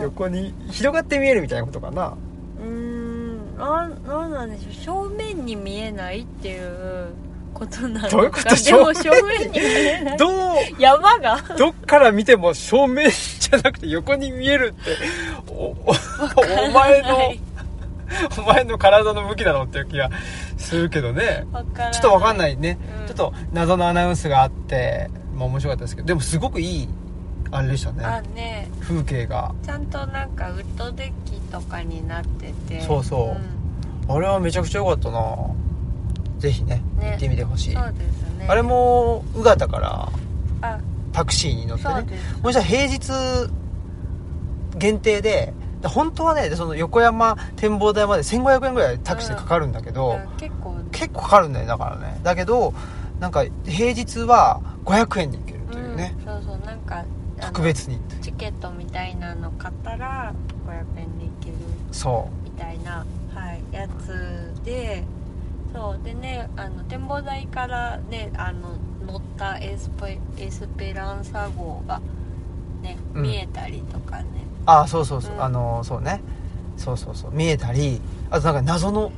Speaker 1: 横に、広がって見えるみたいなことかな。
Speaker 2: うーんなんなんなんでしょう正面に見えないっていうことなのか
Speaker 1: どういうこと
Speaker 2: でも
Speaker 1: 正
Speaker 2: 正
Speaker 1: 面
Speaker 2: 面に見えない
Speaker 1: どう、
Speaker 2: 山が
Speaker 1: どっから見ても正面じゃなくて横に見えるって、お、おお前の、お前の体の向きだろうっていう気がするけどね。
Speaker 2: わからない
Speaker 1: ちょっとわかんないね、
Speaker 2: うん
Speaker 1: ちょっと謎のアナウンスがあって、まあ、面白かったですけどでもすごくいいあれでした
Speaker 2: あ
Speaker 1: ね
Speaker 2: ね
Speaker 1: 風景が
Speaker 2: ちゃんとなんかウッドデッキとかになってて
Speaker 1: そうそうあれはめちゃくちゃ良かったなぜひね
Speaker 2: ね
Speaker 1: 行ってみてほしい、
Speaker 2: そうですね
Speaker 1: あれも宇方から
Speaker 2: あ
Speaker 1: タクシーに乗って
Speaker 2: そう
Speaker 1: ね
Speaker 2: です
Speaker 1: もしかしたら平日限定でで本当はねでその横山展望台まで1500円ぐらいタクシーでかかるんだけど、
Speaker 2: あ結構
Speaker 1: 結構かかるんだよだからねだけどなんか平日は500円で行けるというね、
Speaker 2: うん、そうそうなんかあの
Speaker 1: 特別に
Speaker 2: チケットみたいなの買ったら500円でいける
Speaker 1: そ
Speaker 2: みたいな、はい、やつでそうでねあの展望台からねあの乗ったエスペエスペランサ号が、ね、
Speaker 1: うん
Speaker 2: 見えたりとかね、
Speaker 1: うあそうそうそう、
Speaker 2: うん
Speaker 1: あのそうねそうそうそう見えたりあとなんか謎の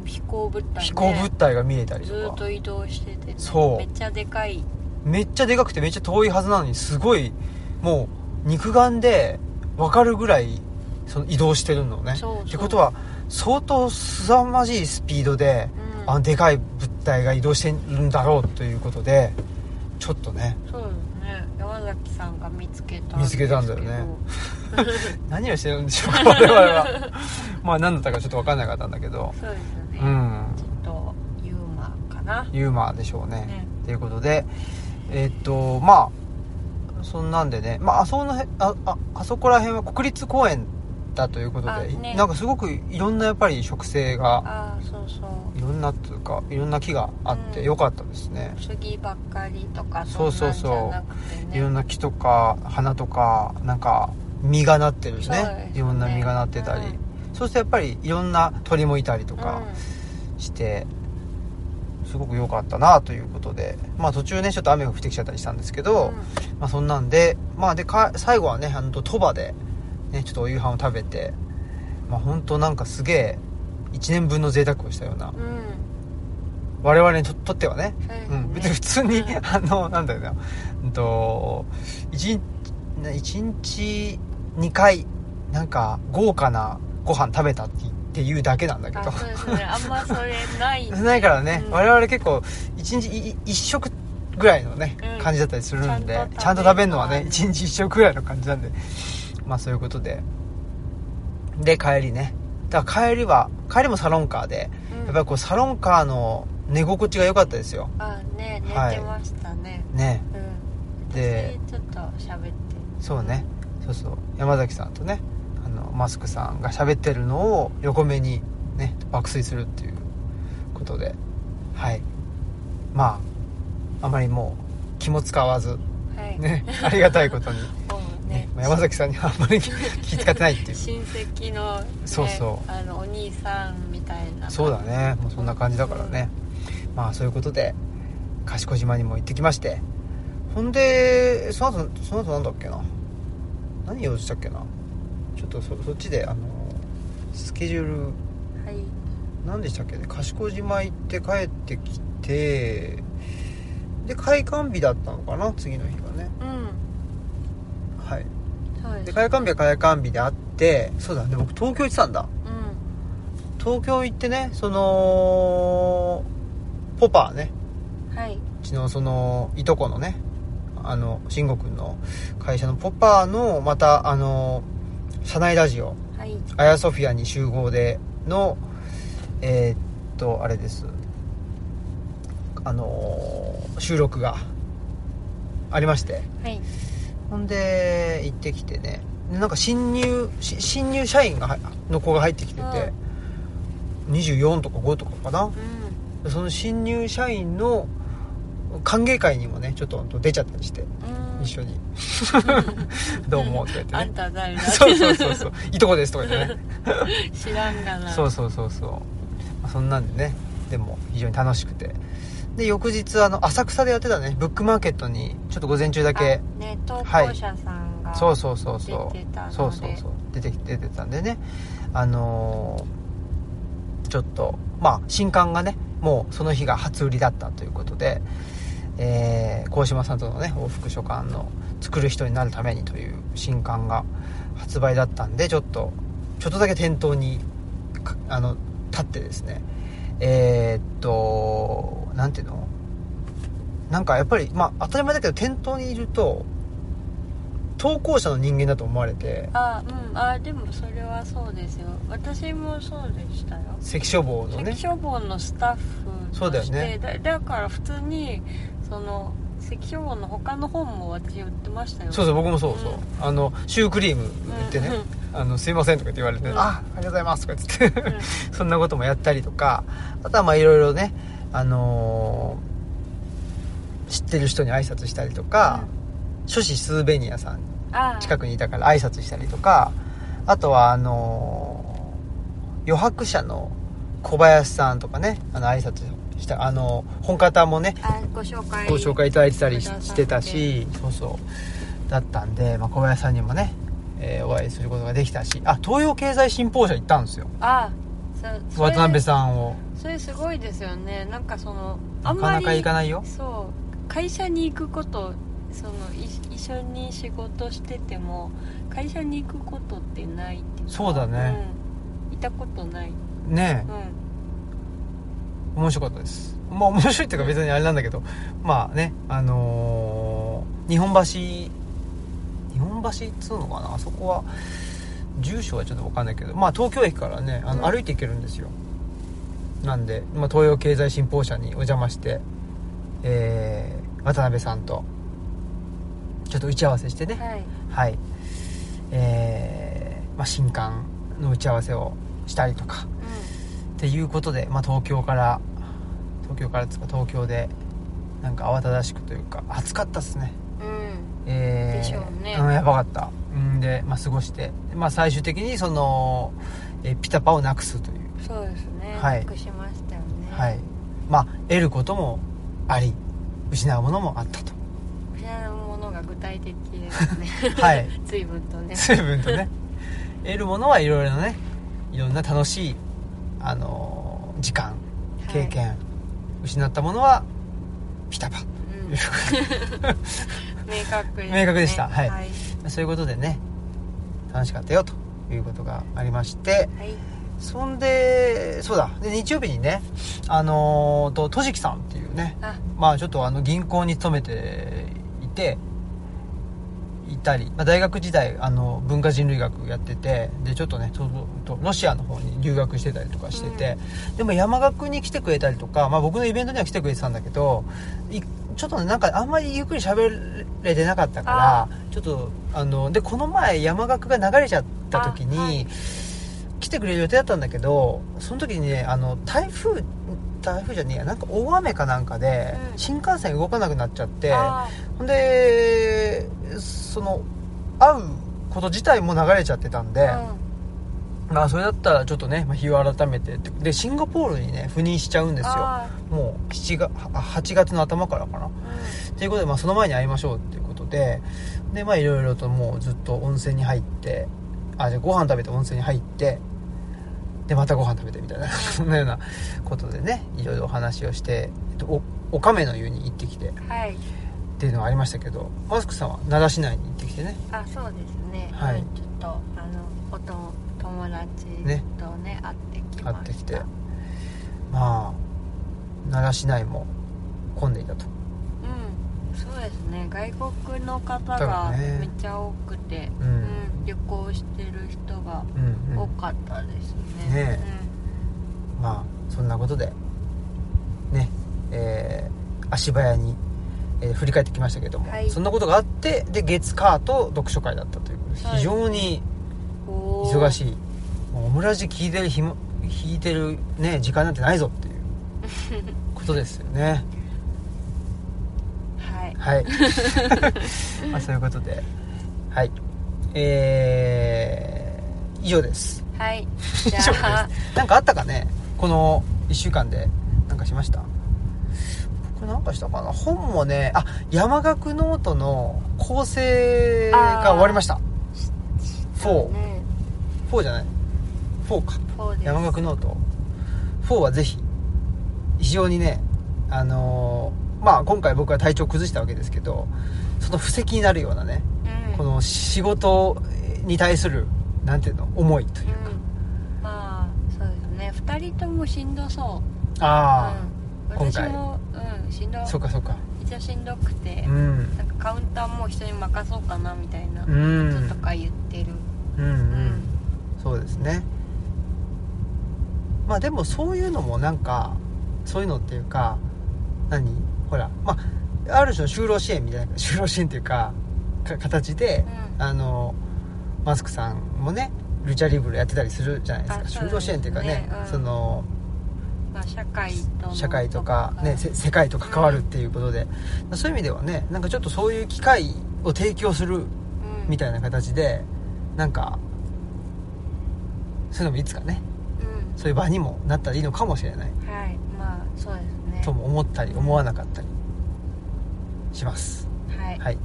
Speaker 2: うん、飛行物体、ね、
Speaker 1: 飛行物体が見えたり
Speaker 2: ず
Speaker 1: と
Speaker 2: ーっ
Speaker 1: か、
Speaker 2: と移動してて、ね、
Speaker 1: そう
Speaker 2: めっちゃでかい
Speaker 1: めっちゃでかくてめっちゃ遠いはずなのにすごいもう肉眼で分かるぐらいその移動してるのね
Speaker 2: そうそう
Speaker 1: ってことは相当凄まじいスピードで、
Speaker 2: うん
Speaker 1: あのでかい物体が移動してるんだろうということでちょっとね
Speaker 2: そうですね山崎さんが見つけた
Speaker 1: 見つけたんだよね
Speaker 2: です
Speaker 1: 何をしてるんでしょう か我々はまあ何だったかちょっと分かんなかったんだけど
Speaker 2: けどそうですね、
Speaker 1: うん
Speaker 2: ちょっとユーマかな
Speaker 1: ユーマーでしょうね
Speaker 2: ね
Speaker 1: ということでえーっとまあそんなんでね、まあ、あそこのへあああそこら辺は国立公園だということ
Speaker 2: あ
Speaker 1: で、
Speaker 2: ね
Speaker 1: なんかすごくいろんなやっぱり植生が
Speaker 2: ああそうそう
Speaker 1: いろんなっていうかいろんな木があって
Speaker 2: うん
Speaker 1: よかったですね、
Speaker 2: 杉ばっかりとか
Speaker 1: そうそうそうん
Speaker 2: なんじゃなくてね
Speaker 1: いろんな木とか花とかなんか実がなってるしね
Speaker 2: そうですね
Speaker 1: いろんな実がなってたり、
Speaker 2: うん
Speaker 1: そうするとやっぱりいろんな鳥もいたりとか
Speaker 2: うん
Speaker 1: して、すごく良かったなということでまあ途中ねちょっと雨が降ってきちゃったりしたんですけど、まあ、そんなんで,、まあ、でか最後はねあの鳥羽で、ね、ちょっとお夕飯を食べて、まあ、本当なんかすげえ1年分の贅沢をしたような
Speaker 2: うんうん
Speaker 1: 我々にととってはね、
Speaker 2: そうです
Speaker 1: う
Speaker 2: ね
Speaker 1: ん、別に普通に、
Speaker 2: うん
Speaker 1: あのなんだろうな、うんと、1日一日2回なんか豪華なご飯食べたってっていうだけなんだけ
Speaker 2: あそうです
Speaker 1: ど
Speaker 2: ねあんまそれないんで
Speaker 1: ないからね、
Speaker 2: うん
Speaker 1: 我々結構1日1食ぐらいのね、
Speaker 2: うん
Speaker 1: 感じだったりするんで
Speaker 2: ちゃんと食べるのはね
Speaker 1: ちゃんと食べるのはね1日1食ぐらいの感じなんで まあそういうことでで帰りねだから帰りは帰りもサロンカーで
Speaker 2: うん
Speaker 1: やっぱりこうサロンカーの寝心地が良かったですよ
Speaker 2: あね寝
Speaker 1: はい
Speaker 2: てましたね、
Speaker 1: ね
Speaker 2: うん
Speaker 1: で
Speaker 2: 私ちょっと喋って
Speaker 1: そうねそうそう山崎さんとねあのマスクさんが喋ってるのを横目にね爆睡するっていうことではいまああまりもう気も使わず
Speaker 2: はい
Speaker 1: ねありがたいことに、
Speaker 2: もう
Speaker 1: ね
Speaker 2: ね
Speaker 1: まあ山崎さんにはあんまり気使ってないっていう
Speaker 2: 親戚の、ね、
Speaker 1: そうそう
Speaker 2: あのお兄さんみたいな
Speaker 1: そうだねもうそんな感じだからねまあそういうことで賢島にも行ってきましてほんでその後その後なんだっけな何用事したっけなちょっとそそっちであのスケジュール
Speaker 2: はい
Speaker 1: 何でしたっけね賢島行って帰ってきてで開館日だったのかな次の日がね
Speaker 2: うん
Speaker 1: はい
Speaker 2: そうです
Speaker 1: で開館日は開館日であってそうだね僕東京行ってたんだ
Speaker 2: うん
Speaker 1: 東京行ってねそのポパーね
Speaker 2: はいう
Speaker 1: ちのそのいとこのねあの慎吾くんの会社のポッパーのまたあの社内ラジオ
Speaker 2: はい
Speaker 1: 「アヤソフィアに集合で」のえーっとあれですあの収録がありまして
Speaker 2: はい
Speaker 1: ほんで行ってきてねでなんか新入し新入社員がはの子が入ってきてて、24とか5とかかな、
Speaker 2: うん
Speaker 1: その新入社員の歓迎会にもねちょっと出ちゃったりして
Speaker 2: うん
Speaker 1: 一緒に「どうも」とか言って
Speaker 2: あ
Speaker 1: ね
Speaker 2: んた誰だ
Speaker 1: そうそうそうそう「いとこです」とか言ってね
Speaker 2: 知らんがな
Speaker 1: そうそうそうそうまあそんなんでねでも非常に楽しくてで翌日あの浅草でやってたねブックマーケットにちょっと午前中だけ
Speaker 2: あね投稿者さんが、
Speaker 1: そうそうそうそう
Speaker 2: 出てたので
Speaker 1: そうそうそう出てきて出てたんでねあのーちょっとまあ新刊がねもうその日が初売りだったということでえー、鴻島さんとのね往復書簡の作る人になるためにという新刊が発売だったんでちょっとちょっとだけ店頭にかあの立ってですねえー、っとなんていうのなんかやっぱりまあ当たり前だけど店頭にいると投稿者の人間だと思われて
Speaker 2: あうんあでもそれはそうですよ私もそうでしたよ
Speaker 1: 関消防のね
Speaker 2: 関消防のスタッフとして
Speaker 1: そうだよね
Speaker 2: だだから普通にその関消防の他の本も私売ってましたよ
Speaker 1: そうそう僕もそうそう、
Speaker 2: うん
Speaker 1: あのシュークリーム売ってね、あの「すいません」とかって言われて、
Speaker 2: うん
Speaker 1: あありがとうございます」とか言って、
Speaker 2: うん
Speaker 1: そんなこともやったりとかあとはまあいろいろね、あのー知ってる人に挨拶したりとか、書士スーベニアさん
Speaker 2: あ
Speaker 1: 近
Speaker 2: く
Speaker 1: くにいたから挨拶したりとかあとはあのー余白者の小林さんとかねあの挨拶したあの本方もね
Speaker 2: あご紹介
Speaker 1: ご紹介いただいてたりし
Speaker 2: はい
Speaker 1: してたしそうそうだったんで、まあ、小林さんにもね、えーお会いすることができたしあ東洋経済新報社行ったんですよ
Speaker 2: あそそれ
Speaker 1: 渡辺さんを
Speaker 2: それすごいですよねなんかそのあ
Speaker 1: なんか
Speaker 2: ま
Speaker 1: な
Speaker 2: り
Speaker 1: か行かないよ
Speaker 2: そう会社に行くことそのい一緒に仕事してても会社に行くことってないっていか
Speaker 1: そうだね、
Speaker 2: うん、いたことない、
Speaker 1: ね
Speaker 2: うん、
Speaker 1: え面白かったですまあ面白いっていうか別にあれなんだけどまあねあのー日本橋日本橋っつうのかなあそこは住所はちょっと分かんないけどまあ東京駅からねあの
Speaker 2: うん
Speaker 1: 歩いて行けるんですよ、なんで、まあ、東洋経済新報社にお邪魔して、えー渡辺さんとちょっと打ち合わせしてね
Speaker 2: は
Speaker 1: は
Speaker 2: い
Speaker 1: い、えーまあ、新刊の打ち合わせをしたりとかっていうことで、まあ、東京から東京からつか東京でなんか慌ただしくというか暑かったっすね、
Speaker 2: うん、うん
Speaker 1: えー
Speaker 2: でしょうね
Speaker 1: うんやばかったうん辺で、まあ、過ごして、まあ、最終的にその、えーピタパをなくすという、
Speaker 2: そうですね、
Speaker 1: はい
Speaker 2: なくしましたよね、
Speaker 1: はいまあ、得ることもあり失うものもあったと
Speaker 2: 失うものが具体的ですね
Speaker 1: はい
Speaker 2: 随分とね
Speaker 1: 随分 とね得るものはいろいろなねいろんな楽しい、あのー時間経験、失ったものはピタパ
Speaker 2: うん、明確です、ね、
Speaker 1: 明確でしたはい
Speaker 2: はい、
Speaker 1: そういうことでね楽しかったよということがありまして
Speaker 2: はい
Speaker 1: そんでそうだで日曜日にねあのーととじきさんっていうね
Speaker 2: あ
Speaker 1: まあちょっとあの銀行に勤めていていたり、まあ、大学時代あの文化人類学やっててでちょっとねととロシアの方に留学してたりとかしてて、でも山岳に来てくれたりとか、まあ、僕のイベントには来てくれてたんだけどいちょっとねなんかあんまりゆっくり喋れてなかったから
Speaker 2: あ
Speaker 1: ちょっとあのでこの前山岳が流れちゃった時に、
Speaker 2: あはい
Speaker 1: 来てくれる予定だったんだけどその時にねあの台風台風じゃねえやなんか大雨かなんかで、
Speaker 2: うん
Speaker 1: 新幹線動かなくなっちゃって
Speaker 2: あ
Speaker 1: ほんでその会うこと自体も流れちゃってたんで、
Speaker 2: ー
Speaker 1: まあそれだったらちょっとね、まあ、日を改めてってでシンガポールにね赴任しちゃうんですよ
Speaker 2: あ
Speaker 1: もう7月8月の頭からかな
Speaker 2: ー
Speaker 1: ということで、まあ、その前に会いましょうっていうことででまあいろいろともうずっと温泉に入ってあじゃあご飯食べて温泉に入ってでまたご飯食べてみたいな そんなようなことでねいろいろお話をして、えっと、おお亀の湯に行ってきてっ
Speaker 2: うんはい
Speaker 1: ていうのはありましたけどマスクさんは奈良市内に行ってきてね
Speaker 2: あそうですね、
Speaker 1: はい
Speaker 2: ちょっとあのおと友達
Speaker 1: ね
Speaker 2: とね会ってきました
Speaker 1: 会ってきてまあ奈良市内も混んでいたと
Speaker 2: うんそうですね外国の方
Speaker 1: だ
Speaker 2: が
Speaker 1: からね
Speaker 2: めっちゃ多くて、
Speaker 1: うん
Speaker 2: うん旅行してる人が
Speaker 1: うんう
Speaker 2: 多
Speaker 1: ん
Speaker 2: かったですね
Speaker 1: ねまあそんなことでねえー足早に、えー振り返ってきましたけども、
Speaker 2: はい
Speaker 1: そんなことがあってで月火と読書会だったという
Speaker 2: そうですね
Speaker 1: 非常に
Speaker 2: うんおー
Speaker 1: 忙しいもうオムラジ聞いてる日も聞いてるね時間なんてないぞっていう ことですよね
Speaker 2: はい
Speaker 1: はい まあそういうことではいえー、以上です
Speaker 2: はい
Speaker 1: 以上
Speaker 2: じ
Speaker 1: です
Speaker 2: ゃあ
Speaker 1: なんかあったかねこの1週間でなんかしました僕なんかしたかな本もねあ山岳ノートの構成が終わりました4
Speaker 2: ね
Speaker 1: 4じゃない4か
Speaker 2: 4です
Speaker 1: 山岳ノート4はぜひ非常にねあのーまあ今回僕は体調崩したわけですけどその布石になるようなね
Speaker 2: うん
Speaker 1: この仕事に対するなんていうの思いという
Speaker 2: うんまあそうですね2人ともしんどそう
Speaker 1: あ
Speaker 2: うん、
Speaker 1: 今
Speaker 2: 私
Speaker 1: 回
Speaker 2: もうんしんど
Speaker 1: あ、そうかそうか
Speaker 2: 一応しんどくて
Speaker 1: う、ん
Speaker 2: なんかカウンターもう人に任そうかなみたいな
Speaker 1: う
Speaker 2: こ
Speaker 1: ん
Speaker 2: ととか言ってる、
Speaker 1: うんうんそうですねまあでもそういうのもなんかそういうのっていうか何ほらまあある種の就労支援みたいな 就労支援っていうかか形で
Speaker 2: うん
Speaker 1: あのマスクさんもねルチャリブロやってたりするじゃない
Speaker 2: あ
Speaker 1: です
Speaker 2: そ
Speaker 1: か
Speaker 2: うですね
Speaker 1: 就労支援っていうかね、
Speaker 2: うん
Speaker 1: その
Speaker 2: まあ、社会との
Speaker 1: 社会とか、ね、
Speaker 2: うん
Speaker 1: せ世界と関わるっていうことで、そういう意味ではねなんかちょっとそういう機会を提供するみたいな形でなんかそういうのもいつかねそういう場にもなったらいいのかもしれない
Speaker 2: うんはいまあそうですね
Speaker 1: とも思ったり思わなかったりします
Speaker 2: はい、
Speaker 1: はい、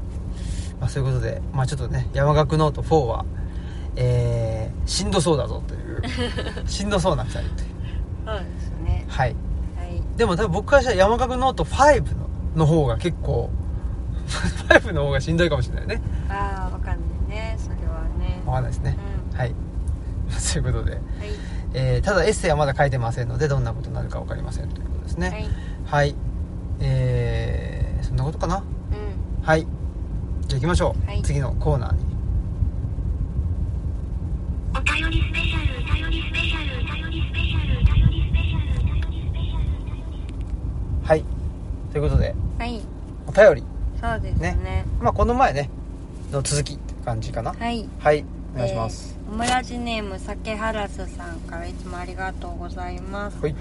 Speaker 1: まあ、そういうことで、まあ、ちょっとね山岳ノート4はえー、しんどそうだぞというしんどそうな2人という
Speaker 2: そうですね
Speaker 1: はい
Speaker 2: はい
Speaker 1: でも多分僕からしたら山岳ノート5のの方が結構 5の方がしんどいかもしれないね
Speaker 2: ああわかんないねそれはね
Speaker 1: わかんないですね
Speaker 2: う
Speaker 1: はいそういうことで、
Speaker 2: んはい
Speaker 1: えーただエッセイはまだ書いてませんのでどんなことになるか分かりませんということですね、
Speaker 2: はい
Speaker 1: はい。えー、そんなことかな。
Speaker 2: うん
Speaker 1: はい。じゃあ行きましょう。
Speaker 2: はい
Speaker 1: 次のコーナーに。
Speaker 3: お便りスペシャル、お便りスペシャル、お便りスペシャル、お便りスペシャル、お便りスペシャル、お便りスペシャル。
Speaker 1: はい。ということで、
Speaker 2: はい
Speaker 1: お便り。
Speaker 2: そうですね
Speaker 1: まあ、この前ね、の続きって感じかな。
Speaker 2: はい
Speaker 1: はい。お願いします。、
Speaker 2: えーオムラジネーム酒ハラスさんからいつもありがとうございます
Speaker 1: はい。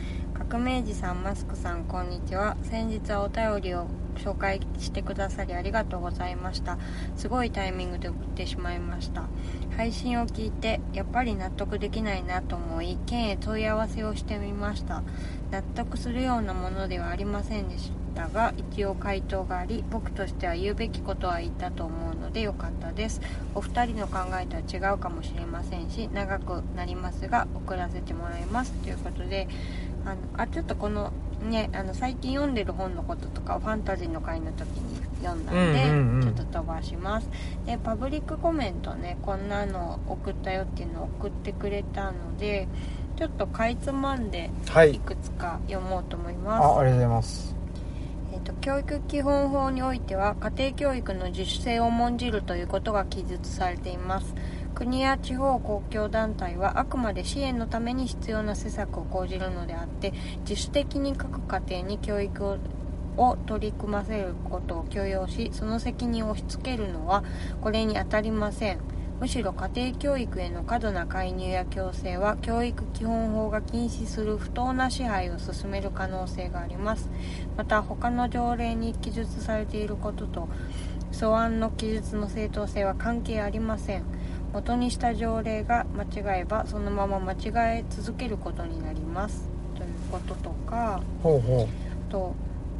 Speaker 2: 革命児さんマスクさんこんにちは先日はお便りを紹介してくださりありがとうございましたすごいタイミングで送ってしまいました配信を聞いてやっぱり納得できないなと思い県へ問い合わせをしてみました納得するようなものではありませんでしたが一応回答があり僕としては言うべきことは言ったと思うのでよかったですお二人の考えとは違うかもしれませんし長くなりますが送らせてもらいますということであのあちょっとこのねあの最近読んでる本のこととかをファンタジーの会の時に読んだんで、
Speaker 1: うんうんうん
Speaker 2: ちょっと飛ばしますでパブリックコメントねこんなの送ったよっていうのを送ってくれたのでちょっとかいつまんで
Speaker 1: はいい
Speaker 2: くつか読もうと思います、
Speaker 1: あありがとうございます
Speaker 2: えー、と教育基本法においては家庭教育の自主性を重んじるということが記述されています国や地方公共団体はあくまで支援のために必要な施策を講じるのであって自主的に各家庭に教育をを取り組ませることを強要しその責任を押し付けるのはこれに当たりませんむしろ家庭教育への過度な介入や強制は教育基本法が禁止する不当な支配を進める可能性がありますまた他の条例に記述されていることと素案の記述の正当性は関係ありません元にした条例が間違えばそのまま間違え続けることになりますということとか
Speaker 1: ほうほ
Speaker 2: あと、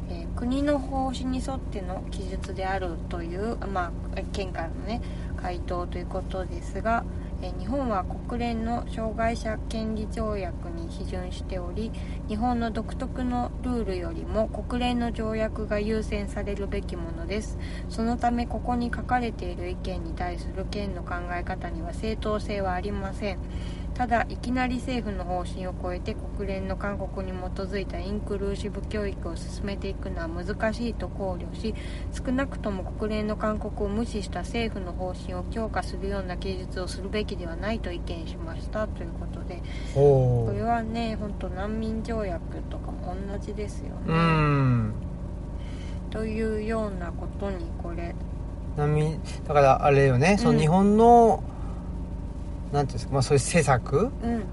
Speaker 2: えー国の方針に沿っての記述であるという、まあ、えー県からのね回答ということですが、えー日本は国連の障害者権利条約に批准しており日本の独特のルールよりも国連の条約が優先されるべきものですそのためここに書かれている意見に対する県の考え方には正当性はありませんただいきなり政府の方針を超えて国連の勧告に基づいたインクルーシブ教育を進めていくのは難しいと考慮し少なくとも国連の勧告を無視した政府の方針を強化するような記述をするべきではないと意見しましたということで
Speaker 1: うほ
Speaker 2: これ
Speaker 1: う
Speaker 2: はね本当難民条約とかも同じですよ
Speaker 1: う
Speaker 2: ね。
Speaker 1: ん
Speaker 2: というようなことにこれ
Speaker 1: 難民だからあれよね、その日本のなんていうんですか、まあ、そういう政策
Speaker 2: うん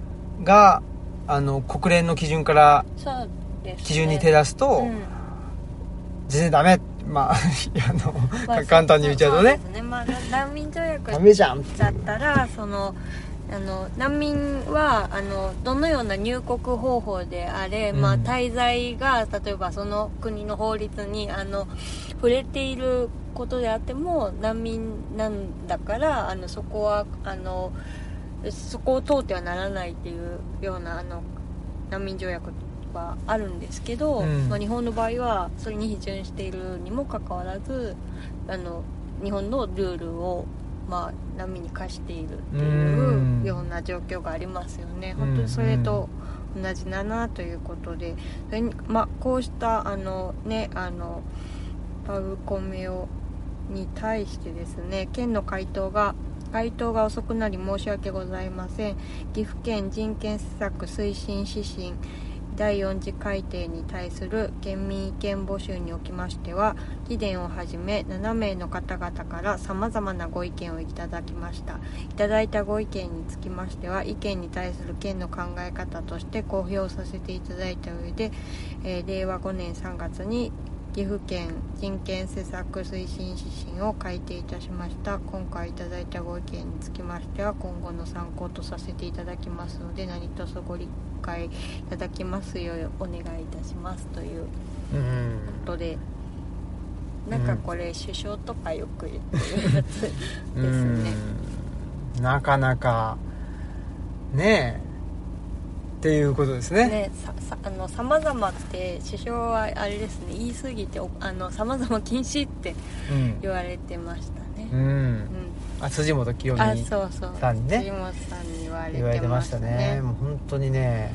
Speaker 1: があの国連の基準から
Speaker 2: そうです、ね、
Speaker 1: 基準に照らすと、
Speaker 2: うん
Speaker 1: 全然ダメまあ いやあの、
Speaker 2: まあ
Speaker 1: 簡単に言っちゃうとね
Speaker 2: そそうですね、まあ、難民条約
Speaker 1: ダメじゃん
Speaker 2: だったらそのあの難民はあのどのような入国方法であれ、
Speaker 1: うん
Speaker 2: まあ、滞在が例えばその国の法律にあの触れていることであっても難民なんだからあのそこはあのそこを通ってはならないっていうようなあの難民条約はあるんですけど、
Speaker 1: うん
Speaker 2: まあ、日本の場合はそれに批准しているにもかかわらずあの日本のルールを、まあ、波に課しているって
Speaker 1: う
Speaker 2: い
Speaker 1: ん
Speaker 2: うような状況がありますよね、
Speaker 1: うん
Speaker 2: 本当にそれと同じだなということで、それにまあ、こうしたあの、ね、あのパブコメをに対してですね県の回答が回答が遅くなり申し訳ございません岐阜県人権施策推進指針第4次改定に対する県民意見募集におきましては議連をはじめ7名の方々から様々なご意見をいただきましたいただいたご意見につきましては意見に対する県の考え方として公表させていただいた上で、えー令和5年3月に岐阜県人権施策推進指針を改定いたしました今回いただいたご意見につきましては今後の参考とさせていただきますので何卒ご理解いただきますようお願いいたしますという
Speaker 1: うん
Speaker 2: ことでなんかこれ首相とかよく言ってるやつですね
Speaker 1: うんなかなかねえっていうことですね
Speaker 2: ね、ささあの様々って首相はあれですね言い過ぎておあの様々禁止って
Speaker 1: うん
Speaker 2: 言われてましたね
Speaker 1: う、、
Speaker 2: うんん、
Speaker 1: あ辻元清
Speaker 2: あ
Speaker 1: 美
Speaker 2: そうそう
Speaker 1: さんにね
Speaker 2: 辻本さんに言われ
Speaker 1: 言われ
Speaker 2: て
Speaker 1: て
Speaker 2: ま
Speaker 1: ま
Speaker 2: し
Speaker 1: したた
Speaker 2: ね
Speaker 1: ねもう本当にね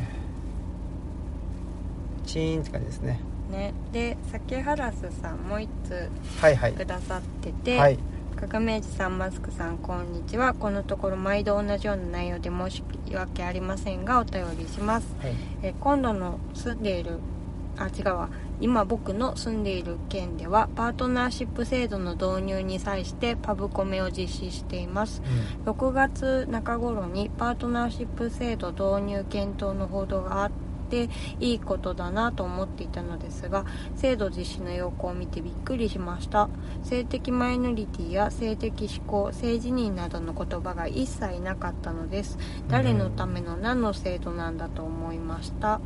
Speaker 1: チーンって感じですね
Speaker 2: ねで酒原スさんも一通
Speaker 1: はいはい
Speaker 2: くださってて、
Speaker 1: はい
Speaker 2: 革命児さんマスクさんこんにちはこのところ毎度同じような内容で申し訳ありませんがお便りします
Speaker 1: はい
Speaker 2: えー今度の住んでいるあ違うわ今僕の住んでいる県ではパートナーシップ制度の導入に際してパブコメを実施しています
Speaker 1: うん
Speaker 2: 6月中頃にパートナーシップ制度導入検討の報道があっていいことだなと思っていたのですが制度実施の要項を見てびっくりしました性的マイノリティや性的指向性自認などの言葉が一切なかったのです誰のための何の制度なんだと思いました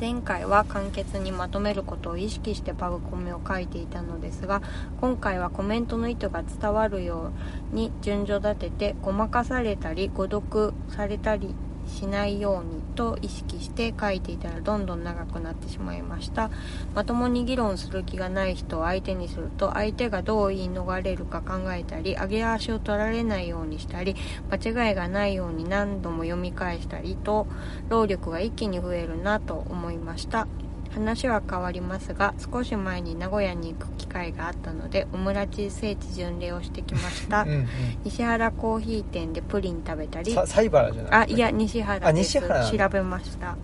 Speaker 2: 前回は簡潔にまとめることを意識してパブコメを書いていたのですが今回はコメントの意図が伝わるように順序立ててごまかされたり誤読されたりしないようにと意識して書いていたらどんどん長くなってしまいましたまともに議論する気がない人を相手にすると相手がどう言い逃れるか考えたり上げ足を取られないようにしたり間違いがないように何度も読み返したりと労力が一気に増えるなと思いました話は変わりますが少し前に名古屋に行く機会があったのでオムラチ聖地巡礼をしてきまし た、
Speaker 1: うんうん
Speaker 2: 西原コーヒー店でプリン食べたり
Speaker 1: さサイバラじゃない
Speaker 2: あいや西原
Speaker 1: あ
Speaker 2: で
Speaker 1: 西
Speaker 2: す
Speaker 1: 原なんだ
Speaker 2: 調べました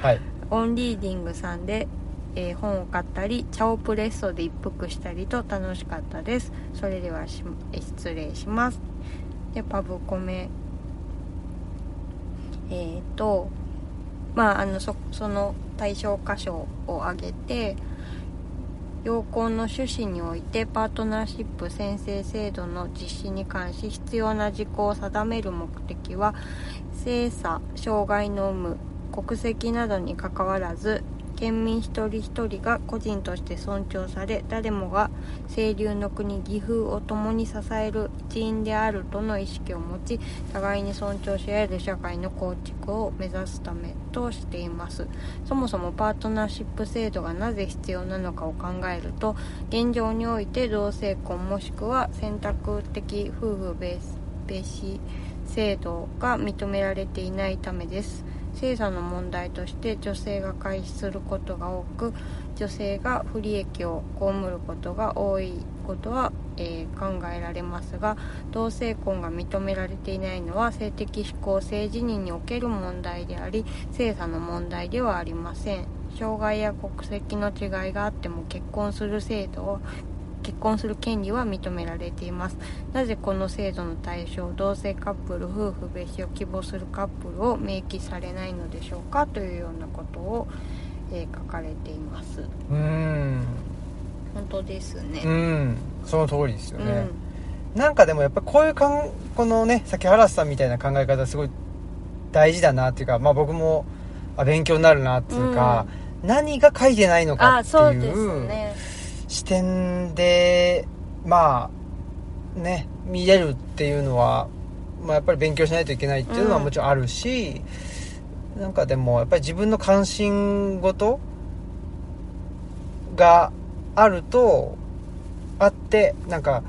Speaker 1: はい
Speaker 2: オンリーディングさんで、えー本を買ったりチャオプレッソで一服したりと楽しかったですそれではしえー失礼しますでパブコメえっ、とまああのそその対象箇所を挙げて要項の趣旨においてパートナーシップ宣誓制度の実施に関し必要な事項を定める目的は性差障害の有無国籍などにかかわらず県民一人一人が個人として尊重され誰もが清流の国岐阜を共に支える一員であるとの意識を持ち互いに尊重し合える社会の構築を目指すためとしていますそもそもパートナーシップ制度がなぜ必要なのかを考えると現状において同性婚もしくは選択的夫婦別別制度が認められていないためです性差の問題として女性が開始することが多く女性が不利益を被ることが多いことは、えー考えられますが同性婚が認められていないのは性的指向性自認における問題であり性差の問題ではありません障害や国籍の違いがあっても結婚する制度を結婚する権利は認められていますなぜこの制度の対象同性カップル夫婦別姓を希望するカップルを明記されないのでしょうかというようなことを、えー書かれています
Speaker 1: うーん
Speaker 2: 本当です
Speaker 1: う
Speaker 2: ね
Speaker 1: んその通りですよね、なんかでもやっぱこういうかんこのね先原さんみたいな考え方すごい大事だなっていうか、まあ、僕もあ勉強になるなっていうか、何が書いてないの
Speaker 2: うん、
Speaker 1: か
Speaker 2: あ
Speaker 1: って
Speaker 2: そう
Speaker 1: い
Speaker 2: です
Speaker 1: う
Speaker 2: ね
Speaker 1: 視点でまあね見れるっていうのは、まあ、やっぱり勉強しないといけないっていうのは
Speaker 2: うん
Speaker 1: もちろんあるし、なんかでもやっぱり自分の関心事があるとあってなんか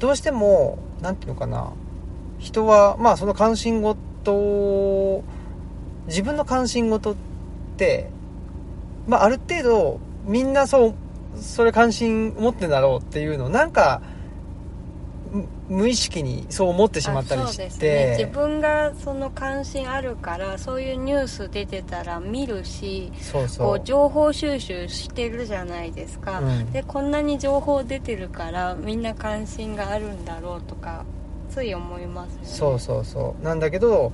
Speaker 1: どうしてもなんていうのかな人はまあその関心事を自分の関心事って、まあ、ある程度みんなそうそれ関心持ってんだろうっていうのをなんかむ無意識にそう思ってしまったり
Speaker 2: あ
Speaker 1: して
Speaker 2: そうですね自分がその関心あるからそういうニュース出てたら見るし
Speaker 1: そうそ
Speaker 2: こ
Speaker 1: う
Speaker 2: う情報収集してるじゃないですか、
Speaker 1: うん
Speaker 2: でこんなに情報出てるからみんな関心があるんだろうとかつい思いますよね
Speaker 1: そうそうそうなんだけど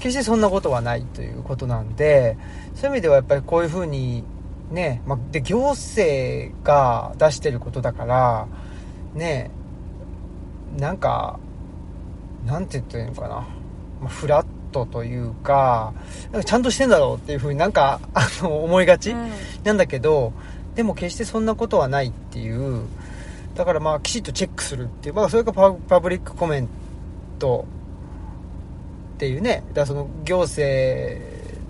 Speaker 1: 決してそんなことはないということなんでそういう意味ではやっぱりこういうふうにね、まあ、で行政が出してることだからねなんかなんて言ったらいいのかな、まあ、フラットというかなんかちゃんとしてんだろうっていうふうになんかあの思いがち、
Speaker 2: うん
Speaker 1: なんだけどでも決してそんなことはないっていうだからまあきちっとチェックするっていう、まあ、それがパパブリックコメントっていうねだからその行政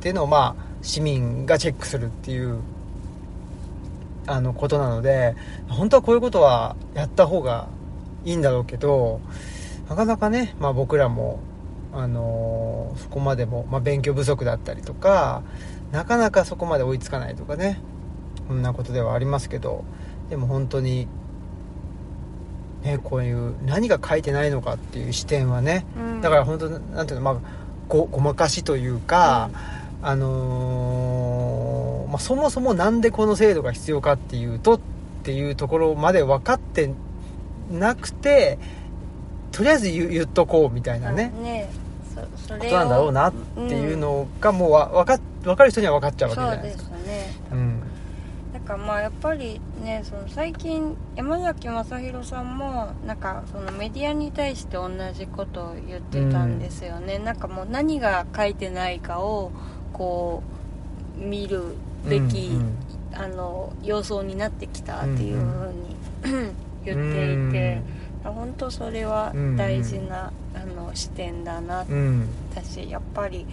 Speaker 1: でのまあ市民がチェックするっていうあのことなので本当はこういうことはやった方がいいんだろうけどなかなかね、まあ、僕らも、あのーそこまでも、まあ、勉強不足だったりとかなかなかそこまで追いつかないとかねこんなことではありますけどでも本当に、ね、こういう何が書いてないのかっていう視点はね
Speaker 2: うん
Speaker 1: だから本当なんていうのまあごごまかしというか、あのーまあ、そもそもなんでこの制度が必要かっていうとっていうところまで分かってなくてとりあえず言う言っとこうみたいなね、
Speaker 2: ねそそそれを
Speaker 1: ことなんだろうなっていうのがもうわ分か分かる人には分かっちゃうわけじゃ
Speaker 2: そう
Speaker 1: ないで
Speaker 2: です
Speaker 1: か
Speaker 2: すね
Speaker 1: うん
Speaker 2: なんかまあやっぱりねその最近山崎まさひろさんもなんかそのメディアに対して同じことを言ってたんですよね、なんかもう何が書いてないかをこう見るべき、
Speaker 1: うんうん
Speaker 2: あの様相になってきたっていうふうに言っていて、本当それは大事な、あの視点だな
Speaker 1: うんうん
Speaker 2: だしやっぱり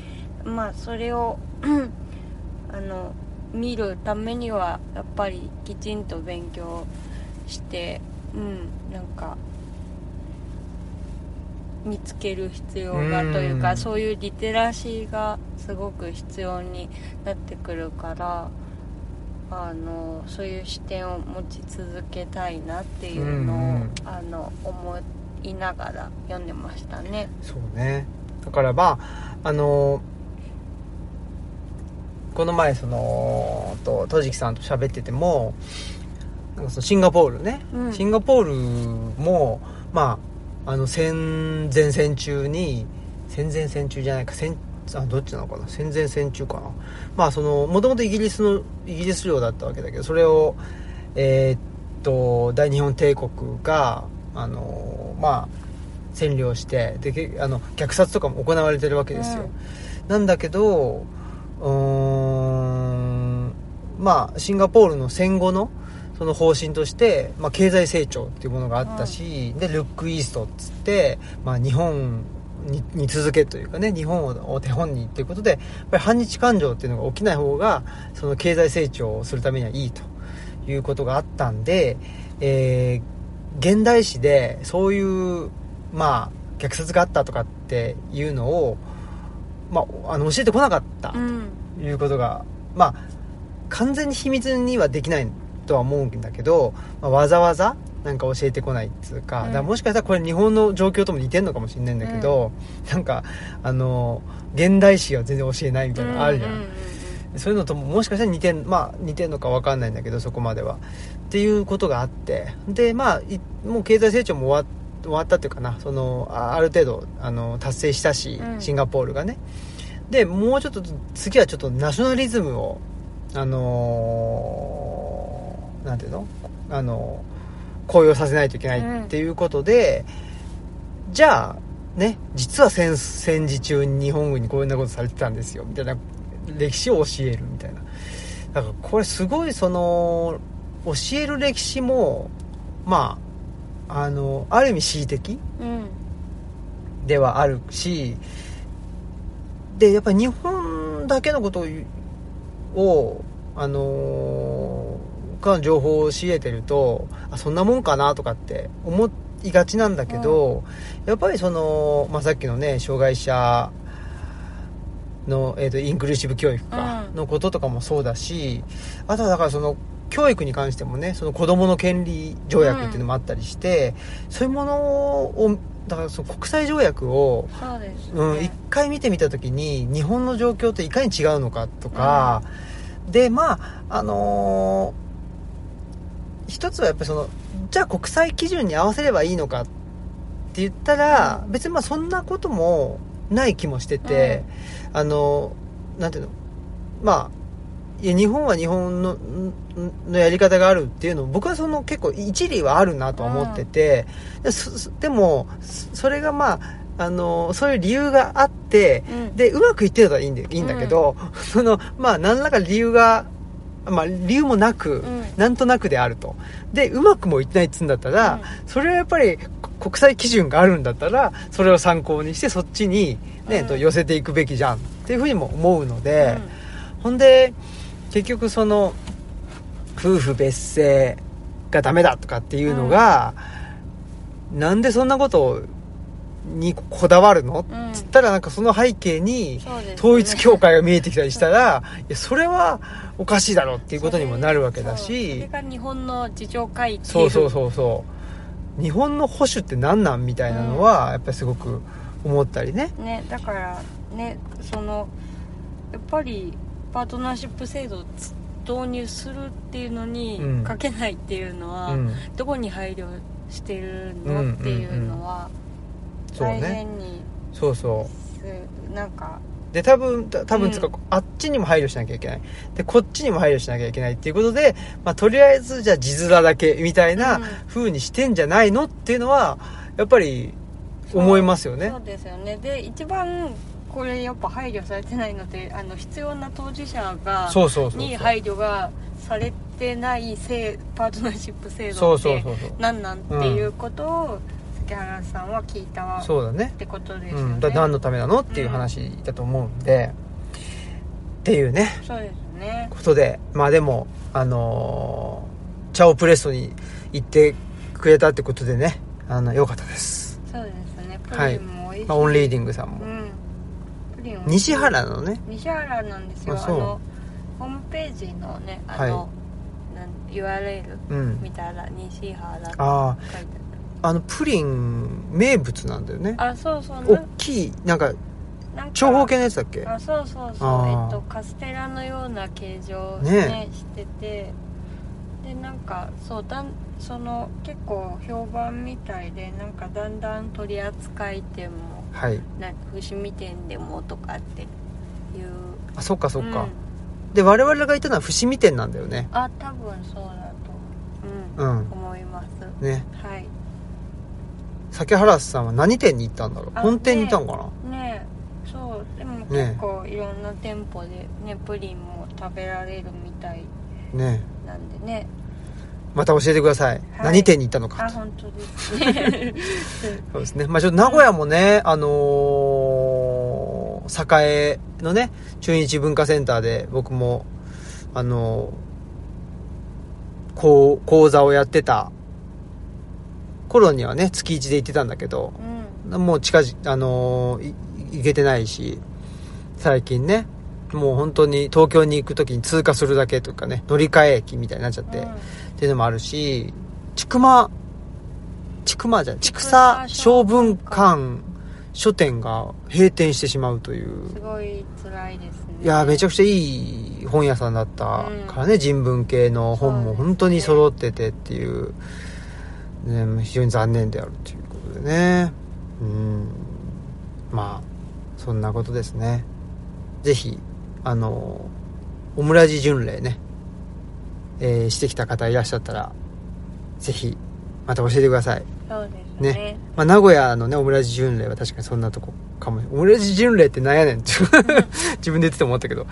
Speaker 2: まあそれを あの見るためにはやっぱりきちんと勉強してうんなんか見つける必要が
Speaker 1: うん
Speaker 2: というかそういうリテラシーがすごく必要になってくるからあのそういう視点を持ち続けたいなっていうのを、
Speaker 1: うん
Speaker 2: あの思いながら読んでましたね。
Speaker 1: そうねだからまああのこの前そのととじきさんと喋っててもなんかそのシンガポールね、
Speaker 2: うん
Speaker 1: シンガポールもまああの戦前戦中に戦前戦中じゃないか戦あどっちなのかな戦前戦中かなまあそのもともとイギリスのイギリス領だったわけだけどそれをえーっと大日本帝国があのまあ占領してでけあの虐殺とかも行われてるわけですよ、なんだけどうーんまあシンガポールの戦後のその方針として、まあ、経済成長っていうものがあったし、でルックイーストっつって、まあ、日本にに続けというかね日本を手本にっていうことでやっぱり反日感情っていうのが起きない方がその経済成長をするためにはいいということがあったんで、えー現代史でそういう、まあ、虐殺があったとかっていうのを、まあ、あの教えてこなかった
Speaker 2: うん
Speaker 1: ということが、まあ、完全に秘密にはできないとは思うんだけど、まあ、わざわざなんか教えてこないっつうか,、
Speaker 2: うん
Speaker 1: だからもしかしたらこれ日本の状況とも似てんのかもしれないんだけど、なんかあの現代史は全然教えないみたいなのあるじゃん、
Speaker 2: うんうん
Speaker 1: そういうのとももしかしたら似てんまあ似てんのか分かんないんだけどそこまではっていうことがあってでまあいもう経済成長も終わっ終わったっていうかなそのあある程度あの達成したし、
Speaker 2: うん
Speaker 1: シンガポールがねでもうちょっと次はちょっとナショナリズムをあのーなんていうのあのー高揚させないといけないっていうことで、じゃあね実は戦戦時中に日本軍にこういうようなことされてたんですよみたいな歴史を教えるみたいなだからこれすごいその教える歴史もまああのある意味恣意的
Speaker 2: うんうん
Speaker 1: ではあるしでやっぱり日本だけのことを言うをあのーからの情報を仕入れてるとあそんなもんかなとかって思いがちなんだけど、やっぱりその、まあ、さっきのね障害者の、えー、とインクルーシブ教育か
Speaker 2: うん
Speaker 1: のこととかもそうだし、あとはだからその教育に関してもねその子どもの権利条約っていうのもあったりして、そういうものをだからその国際条約を
Speaker 2: そうですね、
Speaker 1: うん、一回見てみた時に日本の状況といかに違うのかとか、でまああのー一つはやっぱりそのじゃあ国際基準に合わせればいいのかって言ったら、別にまあそんなこともない気もしてて、あのーなんていうのまあいや日本は日本のんのやり方があるっていうの僕はその結構一理はあるなとは思ってて、でそそでもそそれがまああのそういう理由があって
Speaker 2: うん
Speaker 1: でうまくいってたらいいんだいいんだけど、そのまあ何らか理由が、まあ、理由もなく、
Speaker 2: うん
Speaker 1: なんとなくであるとでうまくもいってないっつうんだったら、それはやっぱりこ国際基準があるんだったらそれを参考にしてそっちに、ね
Speaker 2: うん
Speaker 1: と寄せていくべきじゃんっていうふうにも思うの
Speaker 2: うん
Speaker 1: で、ほんで結局その夫婦別姓がダメだとかっていうのが、なんでそんなことにこだわるの、
Speaker 2: うん
Speaker 1: つったらなんかその背景に
Speaker 2: そうですね
Speaker 1: 統一教会が見えてきたりしたらいやそれはおかしいだろうっていうことにもなるわけだ
Speaker 2: そうそれ
Speaker 1: し
Speaker 2: が日本の自情回帰
Speaker 1: そうそうそうそう日本の保守って何なんみたいなのはやっぱりすごく思ったりね。
Speaker 2: ねだからねそのやっぱりパートナーシップ制度をつ導入するっていうのに
Speaker 1: うん
Speaker 2: かけないっていうのは、
Speaker 1: うん
Speaker 2: どこに配慮してる
Speaker 1: うんうんう
Speaker 2: の
Speaker 1: ん
Speaker 2: っていうのは
Speaker 1: そう
Speaker 2: 大
Speaker 1: ね
Speaker 2: 変に
Speaker 1: そうそ
Speaker 2: うんなんか
Speaker 1: で多分た多分つか、
Speaker 2: うん
Speaker 1: あっちにも配慮しなきゃいけないでこっちにも配慮しなきゃいけないっていうことで、まあ、とりあえずじゃあ字面だけみたいな
Speaker 2: うん
Speaker 1: 風にしてんじゃないのっていうのはやっぱり
Speaker 2: そう
Speaker 1: 思いますよね
Speaker 2: そうですよねで一番これやっぱ配慮されてないのであの必要な当事者が
Speaker 1: そうそうそうそう
Speaker 2: に配慮がされてないせいパートナーシップ制
Speaker 1: そ
Speaker 2: 度
Speaker 1: う
Speaker 2: っ
Speaker 1: そう
Speaker 2: て
Speaker 1: そうそう
Speaker 2: 何なんっていうことを関原さんは聞いたわっ
Speaker 1: そうだね
Speaker 2: てことです
Speaker 1: う
Speaker 2: よね
Speaker 1: ん、だ何のためなのっていう話だと思うんで、っていうね
Speaker 2: そうですね
Speaker 1: ことでまあでもあのーチャオプレストに行ってくれたってことでねあの良かったです、
Speaker 2: そうですねプ
Speaker 1: は
Speaker 2: リ
Speaker 1: い
Speaker 2: ンも美味しい、
Speaker 1: まあ、オンリーディングさん
Speaker 2: う
Speaker 1: も
Speaker 2: んプリン美味しい
Speaker 1: 西原のね
Speaker 2: 西原なんですよ
Speaker 1: あ
Speaker 2: あ
Speaker 1: そう
Speaker 2: のホームページのねあの、
Speaker 1: は
Speaker 2: なん URL
Speaker 1: うん
Speaker 2: 見たら西原って書いて
Speaker 1: ああ
Speaker 2: ある
Speaker 1: あのプリン名物なんだよね
Speaker 2: あそうそう
Speaker 1: 大
Speaker 2: な
Speaker 1: きいなんか
Speaker 2: なんか
Speaker 1: 長方形のやつだっけ
Speaker 2: あそうそうそう
Speaker 1: あー
Speaker 2: えっとカステラのような形状を
Speaker 1: ね
Speaker 2: ねしててでなんかそうだんその結構評判みたいでなんかだんだん取り扱い店も
Speaker 1: はい
Speaker 2: なんか伏見店でもとかっていう
Speaker 1: あそっかそっか、
Speaker 2: うん
Speaker 1: で我々がいたのは伏見店なんだよね
Speaker 2: あ多分そうだと、うん
Speaker 1: うん
Speaker 2: 思います
Speaker 1: ね
Speaker 2: はい
Speaker 1: 酒原さんは何店に行ったんだろう
Speaker 2: あ
Speaker 1: 本店にいたんかな、
Speaker 2: ねえそうでも
Speaker 1: ねえ
Speaker 2: 結構いろんな店舗でねプリンも食べられるみたい
Speaker 1: ね
Speaker 2: なんでね
Speaker 1: また教えてください、
Speaker 2: はい
Speaker 1: 何店に行ったのか
Speaker 2: あ
Speaker 1: と
Speaker 2: 本当です ね
Speaker 1: そうですねまあちょっと名古屋もねあのー、栄のね中日文化センターで僕もあのーこう講座をやってた頃にはね月1で行ってたんだけど
Speaker 2: うん
Speaker 1: もう近々あのーい行けてないし最近ねもう本当に東京に行く時に通過するだけというかね乗り換え駅みたいになっちゃって、っていうのもあるし千曲千曲じゃない千草小文館書店が閉店してしまうという
Speaker 2: うん、すごい辛いですね
Speaker 1: いやーめちゃ
Speaker 2: くち
Speaker 1: くちゃいい本屋さんだったからね、人文系の本も
Speaker 2: そうですね
Speaker 1: 本当に揃っててっていう、ね、非常に残念であるということでねうんまあそんなことですねぜひあのオムラジ巡礼ね、えーしてきた方いらっしゃったらぜひまた教えてください
Speaker 2: そうですね
Speaker 1: ねまあ、名古屋のねオムライス巡礼は確かにそんなとこかもオムライス巡礼ってなんやねんって 自分で言ってて思ったけど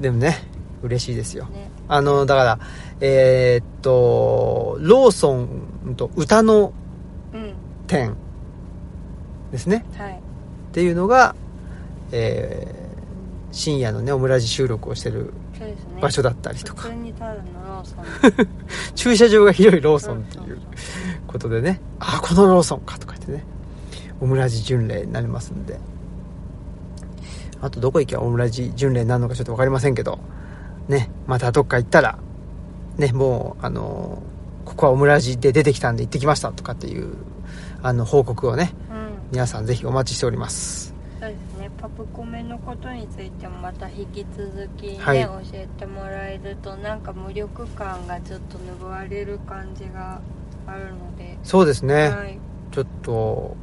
Speaker 1: でもね嬉しいですよ
Speaker 2: ね
Speaker 1: あのだからえーっとローソンと歌の
Speaker 2: うん
Speaker 1: 店ですね
Speaker 2: はい
Speaker 1: っていうのが、えー深夜のねオムライス収録をしてる
Speaker 2: そうですね
Speaker 1: 場所だったりと
Speaker 2: 普
Speaker 1: か、
Speaker 2: 通にただの ローソン
Speaker 1: 駐車場が広いローソンって
Speaker 2: そ
Speaker 1: いううことでねあこのローソンかとか言ってねオムラジ巡礼になりますんであとどこ行けばオムラジ巡礼になるのかちょっと分かりませんけどねまたどっか行ったらねもうあのーここはオムラジで出てきたんで行ってきましたとかっていうあの報告をね
Speaker 2: うん
Speaker 1: 皆さんぜひお待ちしております
Speaker 2: そうですねパプコメのことについてもまた引き続きね、
Speaker 1: はい
Speaker 2: 教えてもらえるとなんか無力感がちょっと拭われる感じがあるので
Speaker 1: そうですね、
Speaker 2: はい
Speaker 1: ちょっと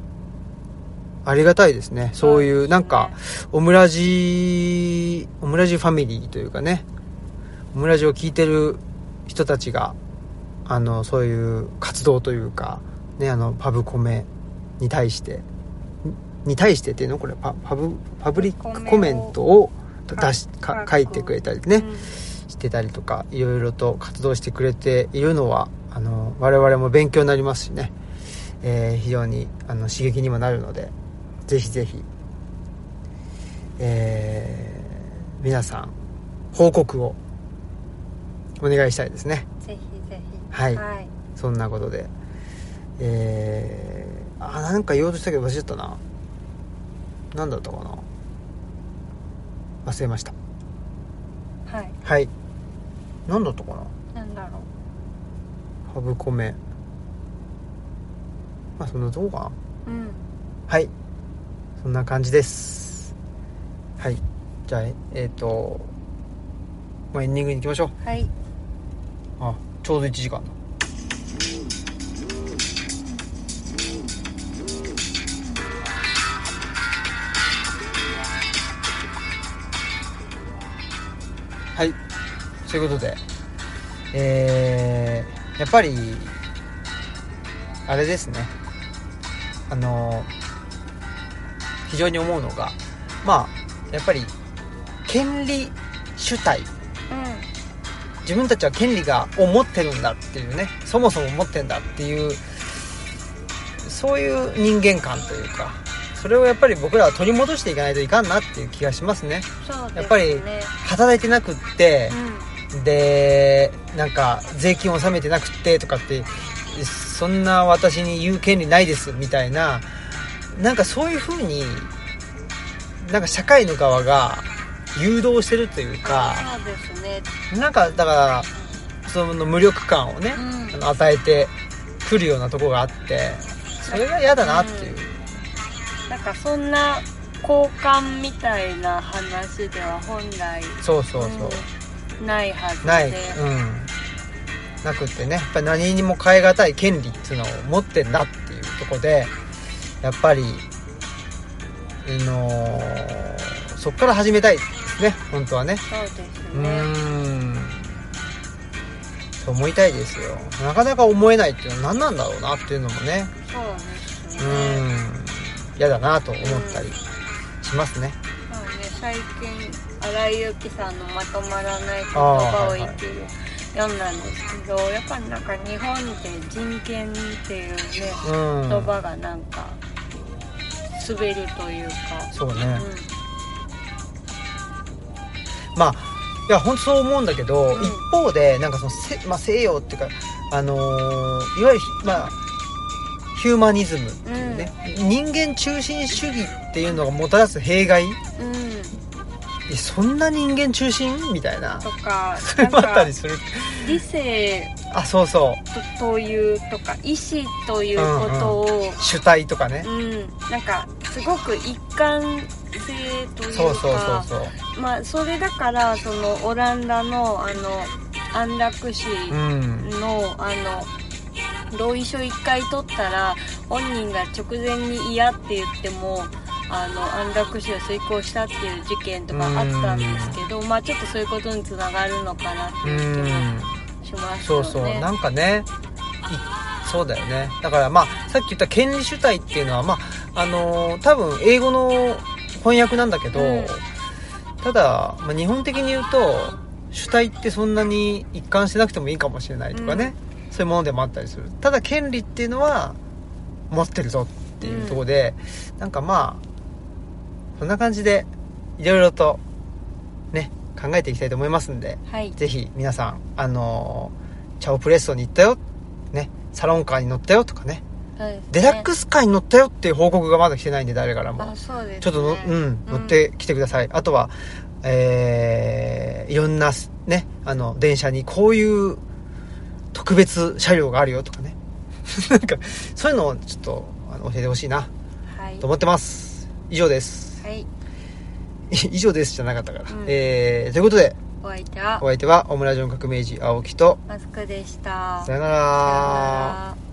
Speaker 1: ありがたいですねそういうなんか、
Speaker 2: そ
Speaker 1: オムラジオムラジファミリーというかねオムラジを聞いてる人たちがあのそういう活動というか、ね、あのパブコメに対してんに対してっていうのこれパパブパブリックコメントを出しか書いてくれたり
Speaker 2: うで
Speaker 1: ね
Speaker 2: すね
Speaker 1: してたりとかいろいろと活動してくれているのはあの我々も勉強になりますしね、えー非常にあの刺激にもなるのでぜひぜひ、えー皆さん報告をお願いしたいですね
Speaker 2: うんぜひぜひ
Speaker 1: はい
Speaker 2: はい、
Speaker 1: そんなことで、えーあなんか言おうとしたけど忘れちゃったな何だったかな忘れました
Speaker 2: はい、
Speaker 1: はい何だったかな
Speaker 2: なんだろう
Speaker 1: ハブコメまあそんなとこかな
Speaker 2: うん
Speaker 1: はいそんな感じですはいじゃあえっ、えーと、まあ、エンディングに行きましょう
Speaker 2: はい
Speaker 1: あちょうど1時間だはいということでえー、やっぱりあれですねあの非常に思うのがまあやっぱり権利主体自分たちは権利が思ってるんだっていうねそもそも思ってんだっていうそういう人間観というかそれをやっぱり僕らは取り戻していかないといかんなっていう気がしますね
Speaker 2: そうですね
Speaker 1: やっぱり
Speaker 2: うん
Speaker 1: 働いてなくって、でなんか税金を納めてなくってとかってそんな私に言う権利ないですみたいななんかそういう風になんか社会の側が誘導してるというか
Speaker 2: そうですね
Speaker 1: なんかだからその無力感をねあ
Speaker 2: うん
Speaker 1: の与えてくるようなとこがあってそれが嫌だなっていう
Speaker 2: なんかそんな交換みたいな話では本来
Speaker 1: そうそうそう
Speaker 2: うんないはずで
Speaker 1: ない、うん、なくってねやっぱり何にも変え難い権利っていうのを持ってんだっていうとこでやっぱり、あのーそっから始めたいですね本当はね
Speaker 2: そうです
Speaker 1: う
Speaker 2: ね
Speaker 1: ーんそう思いたいですよなかなか思えないっていうのは何なんだろうなっていうのもね
Speaker 2: そうです
Speaker 1: う
Speaker 2: ね
Speaker 1: ーん嫌だなと思ったりしますね
Speaker 2: そうね最近新井由紀さんの「まとまらない言
Speaker 1: あ
Speaker 2: 葉
Speaker 1: ー
Speaker 2: を
Speaker 1: はい
Speaker 2: 言
Speaker 1: はい
Speaker 2: ってる」読んだんですけどやっぱなんか日本で人権っていうね
Speaker 1: うん
Speaker 2: 言葉がなんか滑るというか、
Speaker 1: そうね、
Speaker 2: うん
Speaker 1: まあいや本当そう思うんだけど、
Speaker 2: うん
Speaker 1: 一方でなんかそのせ、まあ、西洋っていうか、あのーいわゆるひ、まあ、ヒューマニズムっていうね、人間中心主義っていうのがもたらす弊害
Speaker 2: うん
Speaker 1: えそんな人間中心みたいな
Speaker 2: と か
Speaker 1: そ
Speaker 2: な
Speaker 1: れ
Speaker 2: ん
Speaker 1: もあった
Speaker 2: か
Speaker 1: りする
Speaker 2: 理性
Speaker 1: あそうそう
Speaker 2: とというとか意思ということを、
Speaker 1: 主体とかね
Speaker 2: うんなんかすごく一貫性とい
Speaker 1: そ
Speaker 2: うか
Speaker 1: うそうそうそう
Speaker 2: まあそれだからそのオランダのあの安楽死
Speaker 1: うん
Speaker 2: の、あの同意書一回取ったら本人が直前に嫌って言ってもあの安楽死を遂行したっていう事件とかあったんですけど、まあちょっとそういうことにつながるのかなっ
Speaker 1: う
Speaker 2: ていう気
Speaker 1: ん
Speaker 2: もします
Speaker 1: そ
Speaker 2: よ
Speaker 1: う
Speaker 2: ね。
Speaker 1: そう、なんかねいそうだよねだからまあさっき言った権利主体っていうのはまああのー多分英語の翻訳なんだけど、
Speaker 2: うん
Speaker 1: ただ、まあ、日本的に言うと主体ってそんなに一貫してなくてもいいかもしれないとかね、そういうものでもあったりするただ権利っていうのは持ってるぞっていうところで、なんかまあそんな感じでいろいろとね考えていきたいと思いますんで
Speaker 2: はい。
Speaker 1: ぜひ皆さん、あのーチャオプレッソに行ったよ、ね、サロンカーに乗ったよとかね、
Speaker 2: そうですね
Speaker 1: デラックスカーに乗ったよっていう報告がまだ来てないんで、誰からも
Speaker 2: あ、。そうです、ね。
Speaker 1: ちょっとの、うん、乗ってきてください。あとは、えー、いろんな、ね、あの、電車にこういう特別車両があるよとかね。 なんか、そういうのをちょっとあの教えてほしいな、
Speaker 2: はい
Speaker 1: と。思ってます。以上です。
Speaker 2: はい。
Speaker 1: 以上ですじゃなかったから。
Speaker 2: うん
Speaker 1: えー、ということで、
Speaker 2: お相手は
Speaker 1: お、相手はオムラジオン革命児青木と、
Speaker 2: マスクでした。
Speaker 1: さよな
Speaker 2: さよ
Speaker 1: ら
Speaker 2: なら